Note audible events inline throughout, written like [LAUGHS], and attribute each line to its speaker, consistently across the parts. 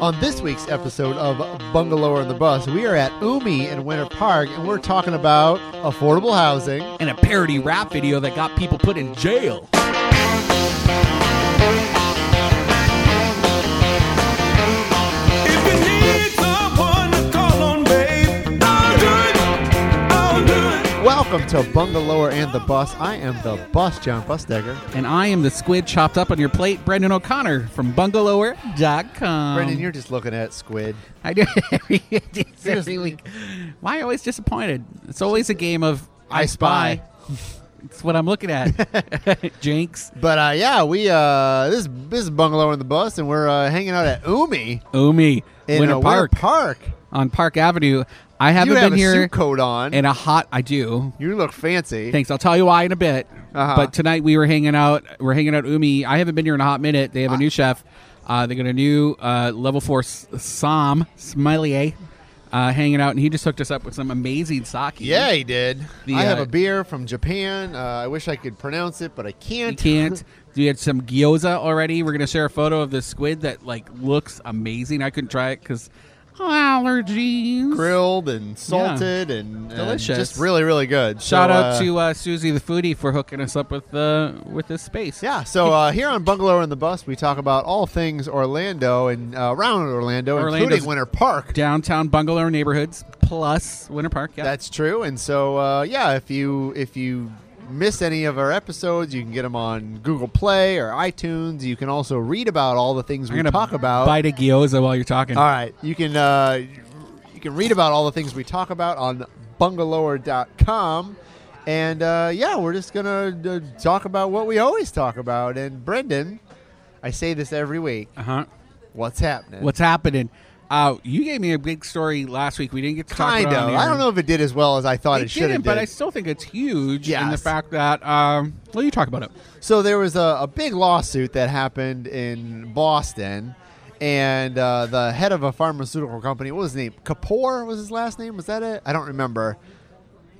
Speaker 1: On this week's episode of Bungalow on the Bus, we are at UMI in Winter Park, and we're talking about affordable housing.
Speaker 2: and a parody rap video that got people put in jail.
Speaker 3: If you need someone to call on, babe, I'll do it. I'll do it.
Speaker 1: Welcome to Bungalower and the Bus. I am the bus, John Busdegger.
Speaker 2: And I am the squid chopped up on your plate, Brendan O'Connor from bungalower.com.
Speaker 1: Brendan, you're just looking at squid.
Speaker 2: I do [LAUGHS] it every, Um, it's every week. Why are you always disappointed? It's always a game of I,
Speaker 1: I
Speaker 2: spy. [LAUGHS]
Speaker 1: spy.
Speaker 2: it's what I'm looking at. [LAUGHS] Jinx.
Speaker 1: But uh, yeah, we uh, this this is Bungalow and the Bus, and we're uh, hanging out at UMI
Speaker 2: Umi.
Speaker 1: in
Speaker 2: Oh, Winter
Speaker 1: uh,
Speaker 2: Park
Speaker 1: Winter Park.
Speaker 2: on Park Avenue. I haven't
Speaker 1: you
Speaker 2: been
Speaker 1: have a
Speaker 2: here
Speaker 1: suit coat on.
Speaker 2: in a hot I do.
Speaker 1: you look fancy.
Speaker 2: Thanks. I'll tell you why in a bit.
Speaker 1: Uh-huh.
Speaker 2: But tonight we were hanging out. We're hanging out. at Umi. I haven't been here in a hot minute. They have a new chef. Uh, they got a new uh, level four s- Sam Smiley uh, hanging out, and he just hooked us up with some amazing sake.
Speaker 1: yeah, he did.
Speaker 2: The,
Speaker 1: I have
Speaker 2: uh,
Speaker 1: a beer from Japan. Uh, I wish I could pronounce it, but I
Speaker 2: you
Speaker 1: can't.
Speaker 2: can't. We had some gyoza already. We're gonna share a photo of the squid that like looks amazing. I couldn't try it because allergies.
Speaker 1: Grilled and salted and, and
Speaker 2: Delicious.
Speaker 1: just really, really good. So,
Speaker 2: Shout out
Speaker 1: uh,
Speaker 2: to uh, Susie the foodie for hooking us up with uh, with this space.
Speaker 1: Yeah, so uh, here on Bungalow and the Bus, we talk about all things Orlando and uh, around Orlando,
Speaker 2: Orlando's-
Speaker 1: including Winter Park.
Speaker 2: Downtown bungalow neighborhoods plus Winter Park. Yeah.
Speaker 1: That's true. And so, uh, yeah, if you if you miss any of our episodes, you can get them on Google Play or iTunes. You can also read about all the things
Speaker 2: I'm
Speaker 1: we
Speaker 2: gonna
Speaker 1: talk about.
Speaker 2: bite a gyoza while you're talking.
Speaker 1: All right, you can uh, you can read about all the things we talk about on bungalower.com. And uh, yeah, we're just gonna uh, talk about what we always talk about. And Brendan, I say this every week.
Speaker 2: Uh huh.
Speaker 1: What's happening?
Speaker 2: What's happening? Uh, you gave me a big story last week. We didn't get to talk
Speaker 1: kind
Speaker 2: about it
Speaker 1: of?
Speaker 2: on the
Speaker 1: I
Speaker 2: air.
Speaker 1: don't know if it did as well as I thought
Speaker 2: It,
Speaker 1: it, should have.
Speaker 2: didn't, but I still think it's huge. in the
Speaker 1: Yes.
Speaker 2: fact that um, well, you talk about it.
Speaker 1: So there was a, a big lawsuit that happened in Boston, and uh, the head of a pharmaceutical company, what was his name? Kapoor was his last name? Was that it? I don't remember.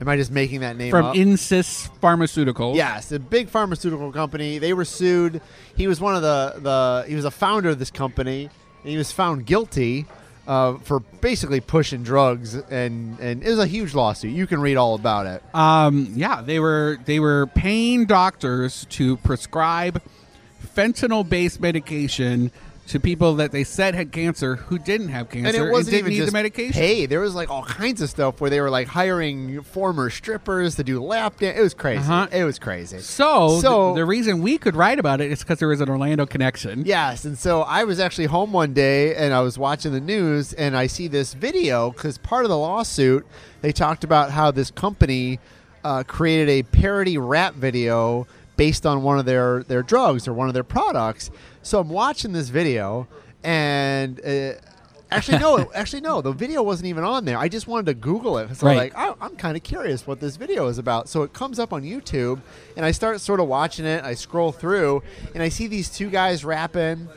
Speaker 1: Am I just making that name
Speaker 2: from
Speaker 1: up?
Speaker 2: Insys Pharmaceuticals.
Speaker 1: Yes, a big pharmaceutical company. They were sued. He was one of the, the he was a founder of this company, and he was found guilty uh, for basically pushing drugs, and and it was a huge lawsuit. You can read all about it.
Speaker 2: Um, yeah, they were they were paying doctors to prescribe fentanyl-based medication to people that they said had cancer who didn't have cancer
Speaker 1: and it wasn't
Speaker 2: didn't
Speaker 1: even
Speaker 2: need
Speaker 1: just
Speaker 2: the medication.
Speaker 1: Hey, there was like all kinds of stuff where they were like hiring former strippers to do lap dance. It was crazy.
Speaker 2: Uh-huh.
Speaker 1: It was crazy.
Speaker 2: So,
Speaker 1: So-
Speaker 2: the, the reason we could write about it is because there was an Orlando connection.
Speaker 1: Yes, and so I was actually home one day and I was watching the news and I see this video because part of the lawsuit they talked about how this company uh, created a parody rap video based on one of their their drugs or one of their products. So I'm watching this video and. Uh, Actually no, actually no. The video wasn't even on there. I just wanted to Google it. So like,
Speaker 2: Right.
Speaker 1: I, I'm kind of curious what this video is about. So it comes up on YouTube, and I start sort of watching it. I scroll through, and I see these two guys rapping.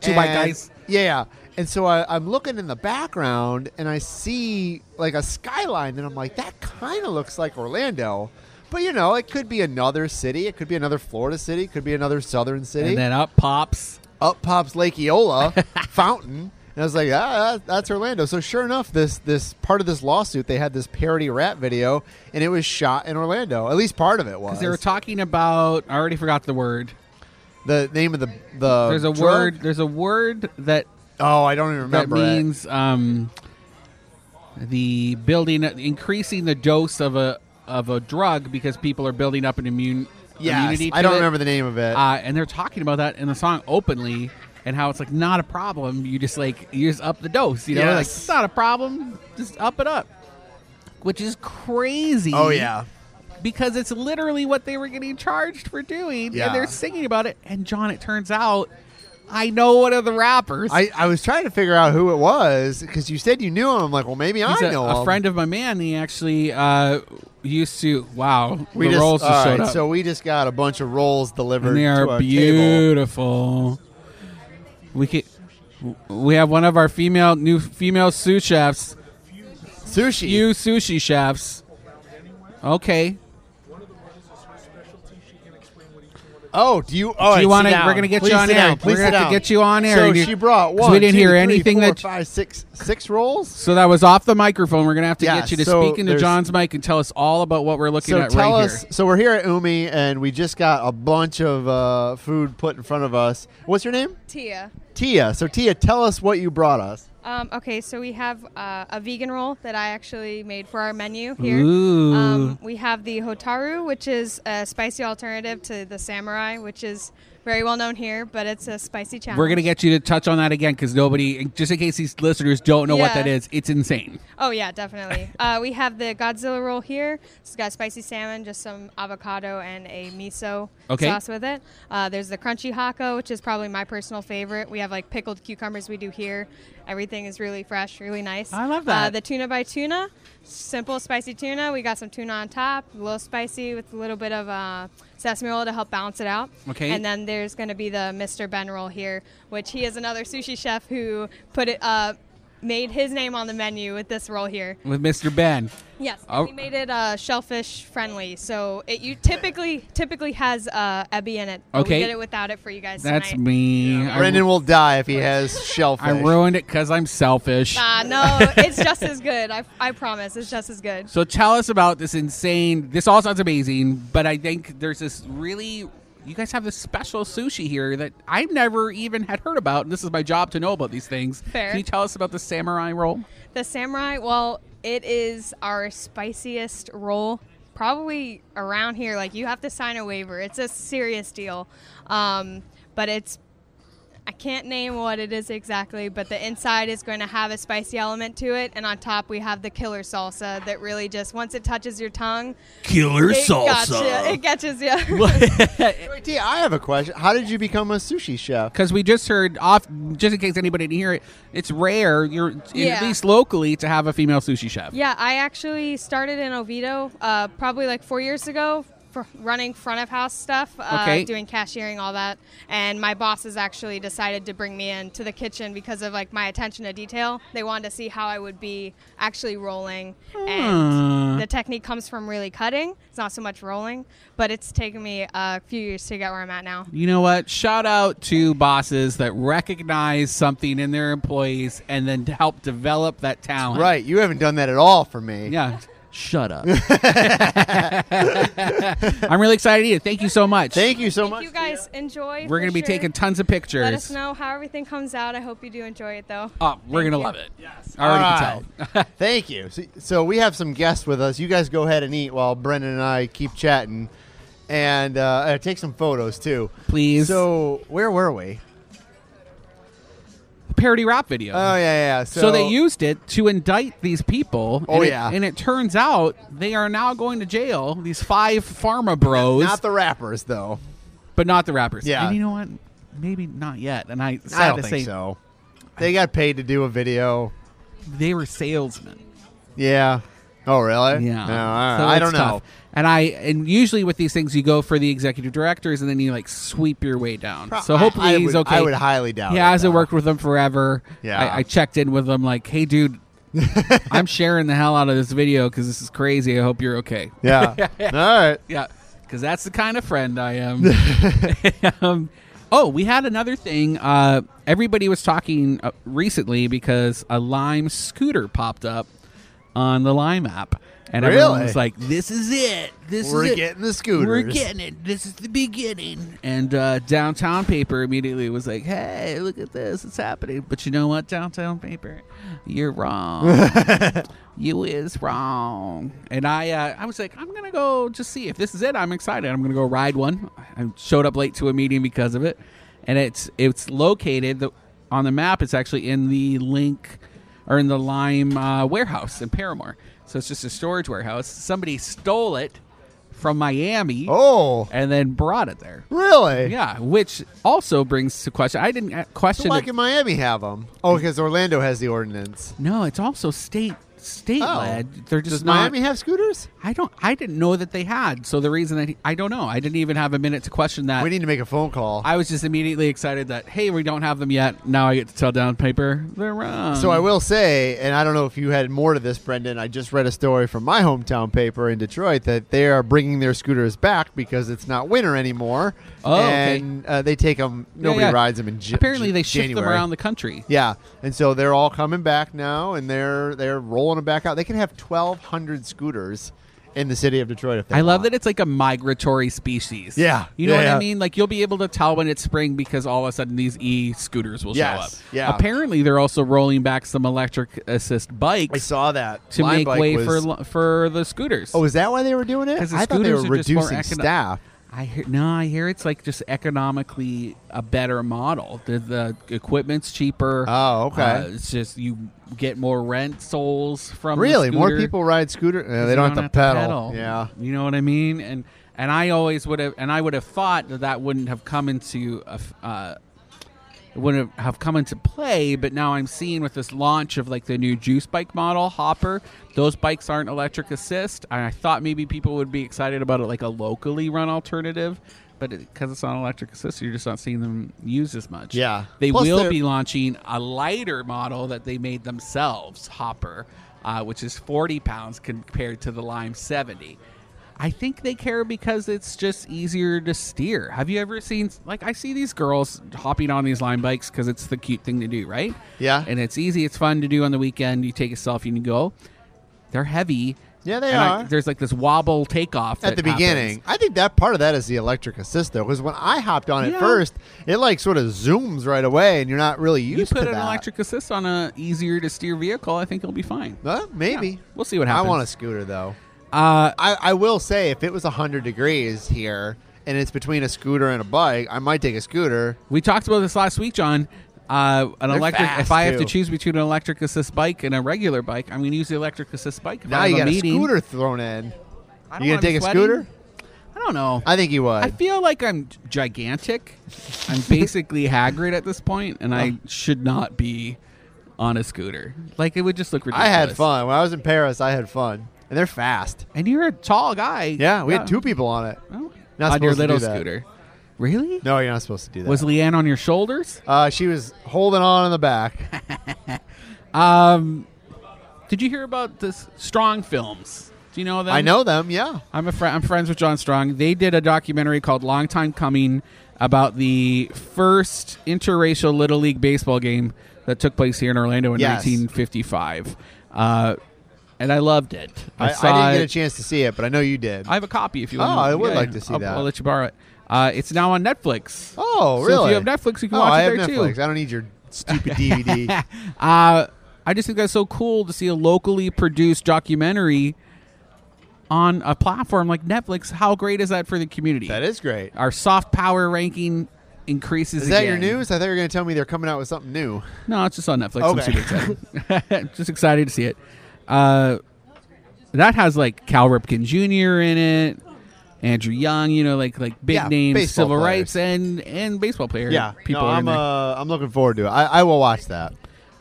Speaker 2: Two white
Speaker 1: and-
Speaker 2: guys.
Speaker 1: Yeah, yeah. And so I, I'm looking in the background, and I see like a skyline, and I'm like, that kind of looks like Orlando. But you know, it could be another city. It could be another Florida city. It could be another southern city
Speaker 2: And then up pops
Speaker 1: up pops Lake Eola [LAUGHS] fountain. And I was like, ah, that- that's Orlando. So sure enough, this this part of this lawsuit, they had this parody rap video, and it was shot in Orlando. At least part of it was.
Speaker 2: They were talking about. I already forgot the word.
Speaker 1: the name of the the
Speaker 2: There's a
Speaker 1: drug?
Speaker 2: word. There's a word that
Speaker 1: Oh, I don't even
Speaker 2: that
Speaker 1: remember. it.
Speaker 2: means um, the building, increasing the dose of a of a drug because people are building up an immune
Speaker 1: Yes,
Speaker 2: immunity. To
Speaker 1: I don't
Speaker 2: it.
Speaker 1: remember the name of it.
Speaker 2: Uh, and they're talking about that in the song openly. And how it's like not a problem. You just like you just up the dose. You know, like
Speaker 1: Yes.
Speaker 2: it's not a problem. Just up it up, which is crazy.
Speaker 1: oh yeah,
Speaker 2: because it's literally what they were getting charged for doing,
Speaker 1: Yeah.
Speaker 2: and they're singing about it. And John, it turns out, I know one of the rappers.
Speaker 1: I, I was trying to figure out who it was because you said you knew him. I'm like, well, maybe
Speaker 2: He's
Speaker 1: I
Speaker 2: a-
Speaker 1: know
Speaker 2: a
Speaker 1: him.
Speaker 2: friend of my man. He actually uh, used to. Wow,
Speaker 1: We
Speaker 2: the
Speaker 1: just,
Speaker 2: rolls just
Speaker 1: all
Speaker 2: showed
Speaker 1: right,
Speaker 2: up,
Speaker 1: so we just got a bunch of rolls delivered.
Speaker 2: and they
Speaker 1: to
Speaker 2: are
Speaker 1: our table.
Speaker 2: beautiful. We could, we have one of our female new female sous chefs,
Speaker 1: Sushi.
Speaker 2: you sushi chefs. Okay,
Speaker 1: Oh, do you? Oh,
Speaker 2: Do you want
Speaker 4: sit
Speaker 2: to?
Speaker 4: down.
Speaker 2: We're going to get
Speaker 1: Please
Speaker 2: you on
Speaker 1: sit
Speaker 2: air.
Speaker 1: down. Please
Speaker 2: we're going
Speaker 1: sit
Speaker 2: to have
Speaker 1: down.
Speaker 2: to get you on air.
Speaker 1: So
Speaker 2: You-
Speaker 1: she brought
Speaker 2: 'cause
Speaker 1: one.
Speaker 2: We didn't
Speaker 1: two,
Speaker 2: hear
Speaker 1: three,
Speaker 2: anything
Speaker 1: four,
Speaker 2: that.
Speaker 1: five, six, six rolls.
Speaker 2: so that was off the microphone. We're going to have to
Speaker 1: Yeah,
Speaker 2: get you to
Speaker 1: so
Speaker 2: speak into
Speaker 1: there's-
Speaker 2: John's mic and tell us all about what we're looking
Speaker 1: So
Speaker 2: at
Speaker 1: tell
Speaker 2: right
Speaker 1: us.
Speaker 2: here.
Speaker 1: So we're here at Umi, and we just got a bunch of uh, food put in front of us. What's your name?
Speaker 5: Tia.
Speaker 1: Tia. So Tia, tell us what you brought us.
Speaker 5: Um, okay, so we have uh, a vegan roll that I actually made for our menu here.
Speaker 2: Ooh.
Speaker 5: Um, we have the hotaru, which is a spicy alternative to the samurai, which is very well known here, but it's a spicy challenge.
Speaker 2: We're going to get you to touch on that again because nobody, just in case these listeners don't know what
Speaker 5: Yeah.
Speaker 2: that is, it's insane.
Speaker 5: Oh yeah,
Speaker 2: [LAUGHS]
Speaker 5: definitely. uh, we have the Godzilla roll here. It's got spicy salmon, just some avocado and a miso
Speaker 2: Okay.
Speaker 5: sauce with it. Uh, there's the crunchy hako, which is probably my personal favorite. We have like pickled cucumbers. We do here. Everything is really fresh, really nice.
Speaker 2: I love
Speaker 5: Uh,
Speaker 2: that.
Speaker 5: the tuna by tuna, simple spicy tuna. We got some tuna on top, a little spicy with a little bit of uh, sesame oil to help balance it out.
Speaker 2: Okay.
Speaker 5: And then there's going to be the Mr. Ben roll here, which he is another sushi chef who put it. Uh, made his name on the menu with this roll here.
Speaker 2: With Mr. Ben.
Speaker 5: Yes, and
Speaker 2: Oh.
Speaker 5: we made it uh, shellfish friendly, so it you typically typically has uh, ebi in it. but
Speaker 2: Okay.
Speaker 5: we did it without it for you guys.
Speaker 2: That's
Speaker 5: tonight.
Speaker 2: me. I-
Speaker 1: Brendan will die if he has shellfish.
Speaker 2: I ruined it because I'm selfish.
Speaker 5: Ah, no, it's just as good. I, I promise, it's just as good.
Speaker 2: So tell us about this insane. This all sounds amazing, but I think there's this really. You guys have this special sushi here that I've never even had heard about, and this is my job to know about these things.
Speaker 5: Fair.
Speaker 2: Can you tell us about the samurai roll?
Speaker 5: The samurai, well, it is our spiciest roll probably around here. Like you have to sign a waiver. It's a serious deal, um, but it's I can't name what it is exactly, but the inside is going to have a spicy element to it, and on top we have the killer salsa that really just once it touches your tongue,
Speaker 2: Killer
Speaker 5: it gotcha, it catches you.
Speaker 1: Wait, Tia, I have a question. How did you become a sushi chef?
Speaker 2: Because we just heard off, just in case anybody didn't hear it, it's rare, you're
Speaker 5: Yeah.
Speaker 2: at least locally, to have a female sushi chef.
Speaker 5: Yeah, I actually started in Oviedo uh, probably like four years ago, fr running front of house stuff, uh,
Speaker 2: Okay.
Speaker 5: doing cashiering, all that. And my bosses actually decided to bring me into the kitchen because of like my attention to detail. They wanted to see how I would be actually rolling,
Speaker 2: Hmm.
Speaker 5: and the technique comes from really cutting. It's not so much rolling, but it's taken me a few years to get where I'm at now.
Speaker 2: You know what? Shout out to bosses that recognize something in their employees and then help develop that talent.
Speaker 1: Right, you haven't done that at all for me.
Speaker 2: Yeah. Shut [LAUGHS] up. I'm really excited to eat it. Thank you so much.
Speaker 1: Thank you so
Speaker 5: Thank
Speaker 1: much.
Speaker 5: you guys. Enjoy.
Speaker 2: We're
Speaker 5: going to
Speaker 2: be taking tons of pictures.
Speaker 5: Let us know how everything comes out. I hope you do enjoy it though.
Speaker 2: Oh, we're going
Speaker 5: Thank
Speaker 2: to
Speaker 5: you.
Speaker 2: love it. I already
Speaker 1: All
Speaker 2: can tell. [LAUGHS]
Speaker 1: right. Thank you. So, so we have some guests with us. You guys go ahead and eat while Brendan and I keep chatting, and uh, uh, take some photos too,
Speaker 2: Please.
Speaker 1: So where were we?
Speaker 2: Parody rap video.
Speaker 1: Oh yeah, yeah. yeah. So,
Speaker 2: so, they used it to indict these people.
Speaker 1: Oh,
Speaker 2: and it-
Speaker 1: yeah.
Speaker 2: and it turns out they are now going to jail, these five pharma bros,
Speaker 1: not the rappers though.
Speaker 2: but not the rappers.
Speaker 1: Yeah.
Speaker 2: And you know what? Maybe not yet. And I sad
Speaker 1: I don't
Speaker 2: to
Speaker 1: think
Speaker 2: say,
Speaker 1: so. They got paid to do a video.
Speaker 2: they were salesmen.
Speaker 1: Yeah. Oh really?
Speaker 2: Yeah,
Speaker 1: No, I,
Speaker 2: So
Speaker 1: I
Speaker 2: it's
Speaker 1: don't
Speaker 2: tough.
Speaker 1: know.
Speaker 2: And I and usually with these things, you go for the executive directors, and then you like sweep your way down.
Speaker 1: Pro-
Speaker 2: so hopefully
Speaker 1: I, I
Speaker 2: he's
Speaker 1: would,
Speaker 2: okay.
Speaker 1: I would highly doubt.
Speaker 2: he
Speaker 1: it,
Speaker 2: hasn't
Speaker 1: though.
Speaker 2: worked with them forever.
Speaker 1: Yeah.
Speaker 2: I, I checked in with him like,
Speaker 1: [LAUGHS]
Speaker 2: hey, dude, I'm sharing the hell out of this video because this is crazy. I hope you're okay. [LAUGHS]
Speaker 1: Yeah. all right.
Speaker 2: Yeah, because that's the kind of friend I
Speaker 1: [LAUGHS]
Speaker 2: am. [LAUGHS] um, oh, we had another thing. Uh, everybody was talking uh, recently because a Lime scooter popped up on the Lime app, and everyone
Speaker 1: Really?
Speaker 2: was like, "This is it! This
Speaker 1: We're
Speaker 2: is it.
Speaker 1: getting the scooters."
Speaker 2: We're getting it! This is the beginning!" And uh, Downtown Paper immediately was like, "Hey, look at this! It's happening!" But you know what, Downtown Paper, you're wrong. you is wrong. And I, uh, I was like, I'm gonna go just see if this is it. I'm excited. I'm gonna go ride one. I showed up late to a meeting because of it, and it's it's located the, on the map. It's actually in the link or in the Lime uh, warehouse in Paramore. So it's just a storage warehouse. Somebody stole it from Miami
Speaker 1: Oh,
Speaker 2: and then brought it there.
Speaker 1: really?
Speaker 2: Yeah, which also brings to question. I didn't uh, question.
Speaker 1: So why
Speaker 2: it-
Speaker 1: can Miami have them? Oh, because Orlando has the ordinance.
Speaker 2: no, it's also state state
Speaker 1: Oh.
Speaker 2: led. They're just
Speaker 1: Does
Speaker 2: not.
Speaker 1: Miami have scooters?
Speaker 2: I don't. I didn't know that they had. So the reason that he, I don't know, I didn't even have a minute to question that.
Speaker 1: We need to make a phone call.
Speaker 2: I was just immediately excited that hey, we don't have them yet. Now I get to tell down paper they're wrong.
Speaker 1: So I will say, and I don't know if you had more to this, Brendan. I just read a story from my hometown paper in Detroit that they are bringing their scooters back because it's not winter anymore,
Speaker 2: Oh, okay.
Speaker 1: and uh, they take them.
Speaker 2: Yeah,
Speaker 1: Nobody
Speaker 2: yeah.
Speaker 1: rides them in. J-
Speaker 2: Apparently, they shift
Speaker 1: January.
Speaker 2: them around the country.
Speaker 1: yeah, and so they're all coming back now, and they're they're rolling them back out. They can have twelve hundred scooters in the city of Detroit if they
Speaker 2: I love
Speaker 1: want.
Speaker 2: that it's like a migratory species.
Speaker 1: Yeah.
Speaker 2: You know
Speaker 1: Yeah,
Speaker 2: what
Speaker 1: yeah.
Speaker 2: I mean? Like you'll be able to tell when it's spring because all of a sudden these e scooters will
Speaker 1: Yes,
Speaker 2: show up.
Speaker 1: yeah.
Speaker 2: Apparently they're also rolling back some electric assist
Speaker 1: I
Speaker 2: bikes
Speaker 1: saw that
Speaker 2: to
Speaker 1: Line
Speaker 2: make
Speaker 1: Bike
Speaker 2: way
Speaker 1: was-
Speaker 2: for lo- for the scooters.
Speaker 1: Oh, is that why they were doing it?
Speaker 2: 'Cause the
Speaker 1: I thought they were
Speaker 2: scooters are just more
Speaker 1: reducing
Speaker 2: econo-
Speaker 1: staff.
Speaker 2: I hear, no, I hear it's like just economically a better model. The, the equipment's cheaper.
Speaker 1: Oh, okay.
Speaker 2: Uh, it's just you get more rentals from the
Speaker 1: Really, more
Speaker 2: scooter.
Speaker 1: people ride scooter. Uh, they
Speaker 2: You
Speaker 1: don't, have, to, pedal. Yeah.
Speaker 2: You know what I mean? And and I always would have, and I would have thought that that wouldn't have come into a. f- Uh, it wouldn't have come into play, but now I'm seeing with this launch of like the new juice bike model, Hopper, those bikes aren't electric assist. And I thought maybe people would be excited about it, like a locally run alternative, but because it's not electric assist, you're just not seeing them used as much.
Speaker 1: Yeah.
Speaker 2: They
Speaker 1: Plus
Speaker 2: will
Speaker 1: they're-
Speaker 2: be launching a lighter model that they made themselves, Hopper, uh, which is 40 pounds compared to the Lime 70. I think they care because it's just easier to steer. Have you ever seen, like, I see these girls hopping on these Lime bikes because it's the cute thing to do, right?
Speaker 1: Yeah.
Speaker 2: And it's easy, it's fun to do on the weekend. You take a selfie and you go. They're heavy.
Speaker 1: Yeah, they
Speaker 2: And I-
Speaker 1: are.
Speaker 2: there's like this wobble takeoff
Speaker 1: at
Speaker 2: that
Speaker 1: the beginning.
Speaker 2: happens.
Speaker 1: I think that part of that is the electric assist, though, because when I hopped on it
Speaker 2: Yeah.
Speaker 1: first, it like sort of zooms right away, and you're not really used
Speaker 2: You put
Speaker 1: to
Speaker 2: an
Speaker 1: that.
Speaker 2: electric assist on a easier to steer vehicle, I think it'll be fine.
Speaker 1: Well, maybe
Speaker 2: Yeah, we'll see what
Speaker 1: I want a
Speaker 2: happens.
Speaker 1: scooter though.
Speaker 2: Uh,
Speaker 1: I, I will say, if it was hundred degrees here and it's between a scooter and a bike, I might take a scooter.
Speaker 2: We talked about this last week, John. Uh, an electric.
Speaker 1: fast,
Speaker 2: If I have
Speaker 1: too.
Speaker 2: to choose between an electric assist bike and a regular bike, I'm going to use the electric assist bike. If
Speaker 1: Now
Speaker 2: I have
Speaker 1: you
Speaker 2: a
Speaker 1: got
Speaker 2: meeting,
Speaker 1: a scooter thrown in.
Speaker 2: I don't
Speaker 1: You
Speaker 2: wanna
Speaker 1: gonna
Speaker 2: be
Speaker 1: take a
Speaker 2: sweating.
Speaker 1: scooter?
Speaker 2: I don't know. I,
Speaker 1: I think you would.
Speaker 2: feel like I'm gigantic.
Speaker 1: [LAUGHS]
Speaker 2: I'm basically Hagrid at this point, and
Speaker 1: Oh.
Speaker 2: I should not be on a scooter. Like it would just look ridiculous.
Speaker 1: I had fun when I was in Paris. I had fun, and they're fast.
Speaker 2: and you're a tall guy.
Speaker 1: Yeah, we had two people on it.
Speaker 2: Well,
Speaker 1: Not
Speaker 2: on your
Speaker 1: supposed to do
Speaker 2: little
Speaker 1: that.
Speaker 2: scooter. Really?
Speaker 1: No, you're not supposed to do that.
Speaker 2: Was Leanne on your shoulders?
Speaker 1: uh, she was holding on in the back.
Speaker 2: [LAUGHS] Um, did you hear about this Strong Films? Do you know them?
Speaker 1: I know them. Yeah.
Speaker 2: I'm a fri I'm friends with John Strong. They did a documentary called "Long Time Coming" about the first interracial little league baseball game that took place here in Orlando in
Speaker 1: Yes.
Speaker 2: 1955, uh, and I loved it.
Speaker 1: I,
Speaker 2: saw
Speaker 1: I didn't
Speaker 2: it.
Speaker 1: get a chance to see it, but I know you did.
Speaker 2: I have a copy if you.
Speaker 1: Oh,
Speaker 2: want.
Speaker 1: I would
Speaker 2: Yeah,
Speaker 1: like to see
Speaker 2: I'll,
Speaker 1: that.
Speaker 2: I'll let you borrow it. Uh, it's now on Netflix.
Speaker 1: oh,
Speaker 2: So
Speaker 1: really?
Speaker 2: if you have Netflix, you can
Speaker 1: oh,
Speaker 2: watch
Speaker 1: I
Speaker 2: it
Speaker 1: have
Speaker 2: there
Speaker 1: Netflix.
Speaker 2: too.
Speaker 1: I don't need your stupid
Speaker 2: [LAUGHS]
Speaker 1: DVD.
Speaker 2: Uh, I just think that's so cool to see a locally produced documentary on a platform like Netflix. How great is that for the community?
Speaker 1: that is great.
Speaker 2: our soft power ranking increases.
Speaker 1: Is that your
Speaker 2: again.
Speaker 1: news? I thought you were going to tell me they're coming out with something new.
Speaker 2: No, it's just on Netflix. I'm
Speaker 1: Okay.
Speaker 2: super
Speaker 1: [LAUGHS]
Speaker 2: excited. [LAUGHS] just excited to see it. Uh, that has like Cal Ripken Jr. in it, Andrew Young. You know, like like big
Speaker 1: Yeah,
Speaker 2: name
Speaker 1: baseball
Speaker 2: civil
Speaker 1: players.
Speaker 2: rights and and baseball player.
Speaker 1: Yeah,
Speaker 2: people.
Speaker 1: No,
Speaker 2: are in
Speaker 1: I'm
Speaker 2: there.
Speaker 1: uh, I'm looking forward to it. I, I will watch that.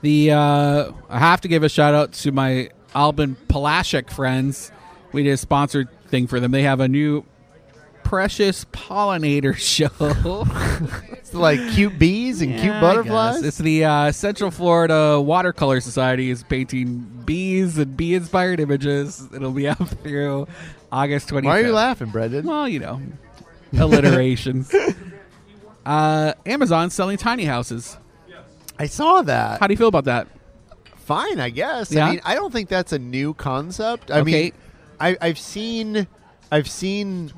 Speaker 2: The uh, I have to give a shout out to my Alban Palashik friends. We did a sponsored thing for them. They have a new precious pollinator [LAUGHS] show.
Speaker 1: It's like cute bees and
Speaker 2: Yeah,
Speaker 1: cute
Speaker 2: I
Speaker 1: butterflies.
Speaker 2: guess. It's the uh, Central Florida Watercolor Society is painting bees and bee-inspired images. It'll be [LAUGHS] up through August 25th.
Speaker 1: Why are you laughing, Brendan?
Speaker 2: Well, you know,
Speaker 1: [LAUGHS]
Speaker 2: alliterations. uh, Amazon's selling tiny houses.
Speaker 1: I saw that.
Speaker 2: How do you feel about that?
Speaker 1: Fine, I guess. I
Speaker 2: Yeah?
Speaker 1: mean, I don't think that's a new concept. I
Speaker 2: Okay.
Speaker 1: mean, I, I've seen, I've seen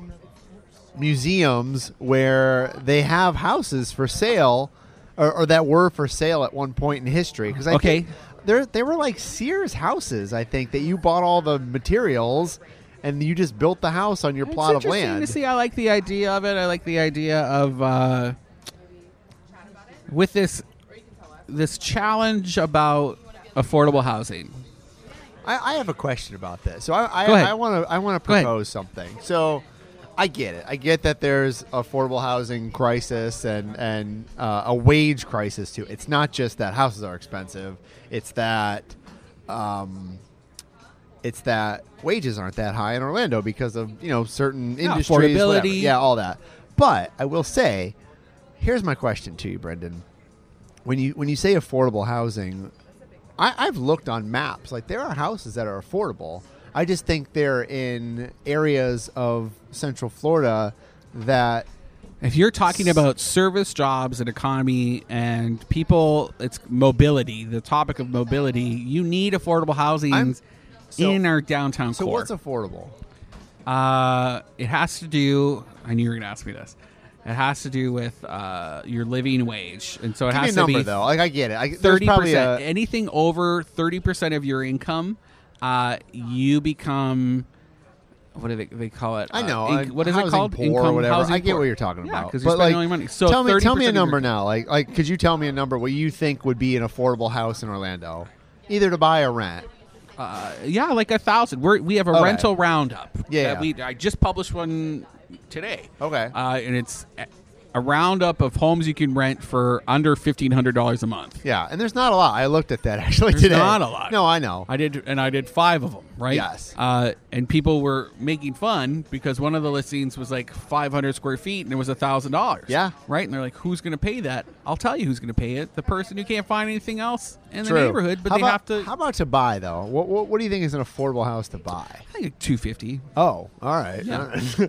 Speaker 1: museums where they have houses for sale, or, or that were for sale at one point in history. Because
Speaker 2: Okay.
Speaker 1: there they were like Sears houses. I think that you bought all the materials, and you just built the house on your plot of
Speaker 2: it's interesting
Speaker 1: land.
Speaker 2: to see. I like the idea of it. I like the idea of uh, with this this challenge about affordable housing.
Speaker 1: I, I have a question about this. So I
Speaker 2: Go ahead.
Speaker 1: I want to I want to
Speaker 2: Go ahead.
Speaker 1: propose something. So I get it. I get that there's affordable housing crisis and and uh, a wage crisis too. It's not just that houses are expensive. It's that um, it's that wages aren't that high in Orlando because of you know certain
Speaker 2: Yeah,
Speaker 1: industries, whatever.
Speaker 2: affordability.
Speaker 1: yeah, all that. But I will say, here's my question to you, Brendan. When you when you say affordable housing, I, I've looked on maps. Like there are houses that are affordable. I just think they're in areas of Central Florida that
Speaker 2: If you're talking about service jobs and economy and people, it's mobility, the topic of mobility, you need affordable
Speaker 1: I'm-
Speaker 2: housing
Speaker 1: so-
Speaker 2: in our downtown
Speaker 1: So
Speaker 2: core.
Speaker 1: what's affordable?
Speaker 2: Uh, it has to do. I knew you were going to ask me this. It has to do with uh, your living wage, and so it
Speaker 1: Give me a
Speaker 2: has to
Speaker 1: number
Speaker 2: be
Speaker 1: though. Like I get it. I, there's
Speaker 2: thirty
Speaker 1: probably
Speaker 2: percent.
Speaker 1: a,
Speaker 2: Anything over thirty percent of your income, uh, you become. What do they, they call it?
Speaker 1: I
Speaker 2: Uh,
Speaker 1: know.
Speaker 2: inc-
Speaker 1: uh,
Speaker 2: what is it
Speaker 1: housing
Speaker 2: called?
Speaker 1: Poor or
Speaker 2: Income
Speaker 1: whatever.
Speaker 2: housing
Speaker 1: I get
Speaker 2: poor.
Speaker 1: what you're talking
Speaker 2: Yeah,
Speaker 1: about.
Speaker 2: 'cause
Speaker 1: But,
Speaker 2: you're spending
Speaker 1: like,
Speaker 2: all your money. So
Speaker 1: tell me, tell
Speaker 2: 30%
Speaker 1: me a
Speaker 2: of your-
Speaker 1: number now. Like, like, could you tell me a number what you think would be an affordable house in Orlando, either to buy or rent?
Speaker 2: Yeah, like a thousand. We're, we have a
Speaker 1: Okay.
Speaker 2: rental roundup.
Speaker 1: Yeah,
Speaker 2: that
Speaker 1: yeah.
Speaker 2: we I just published one today.
Speaker 1: Okay.
Speaker 2: uh, and it's a- a roundup of homes you can rent for under fifteen hundred dollars a month.
Speaker 1: Yeah, and there's not a lot. I looked at that [LAUGHS] actually
Speaker 2: There's
Speaker 1: today.
Speaker 2: not a lot.
Speaker 1: No, I know.
Speaker 2: I did, and I did five of them, right?
Speaker 1: Yes.
Speaker 2: Uh, and people were making fun because one of the listings was like 500 square feet, and it was a thousand dollars.
Speaker 1: Yeah.
Speaker 2: Right, and they're like, "Who's going to pay that?" I'll tell you who's going to pay it: the person who can't find anything else in
Speaker 1: True.
Speaker 2: the neighborhood, but
Speaker 1: how
Speaker 2: they
Speaker 1: about,
Speaker 2: have to.
Speaker 1: How about to buy though? What, what What do you think is an affordable house to buy?
Speaker 2: I think 250.
Speaker 1: Oh, all right. [LAUGHS]
Speaker 2: Yeah.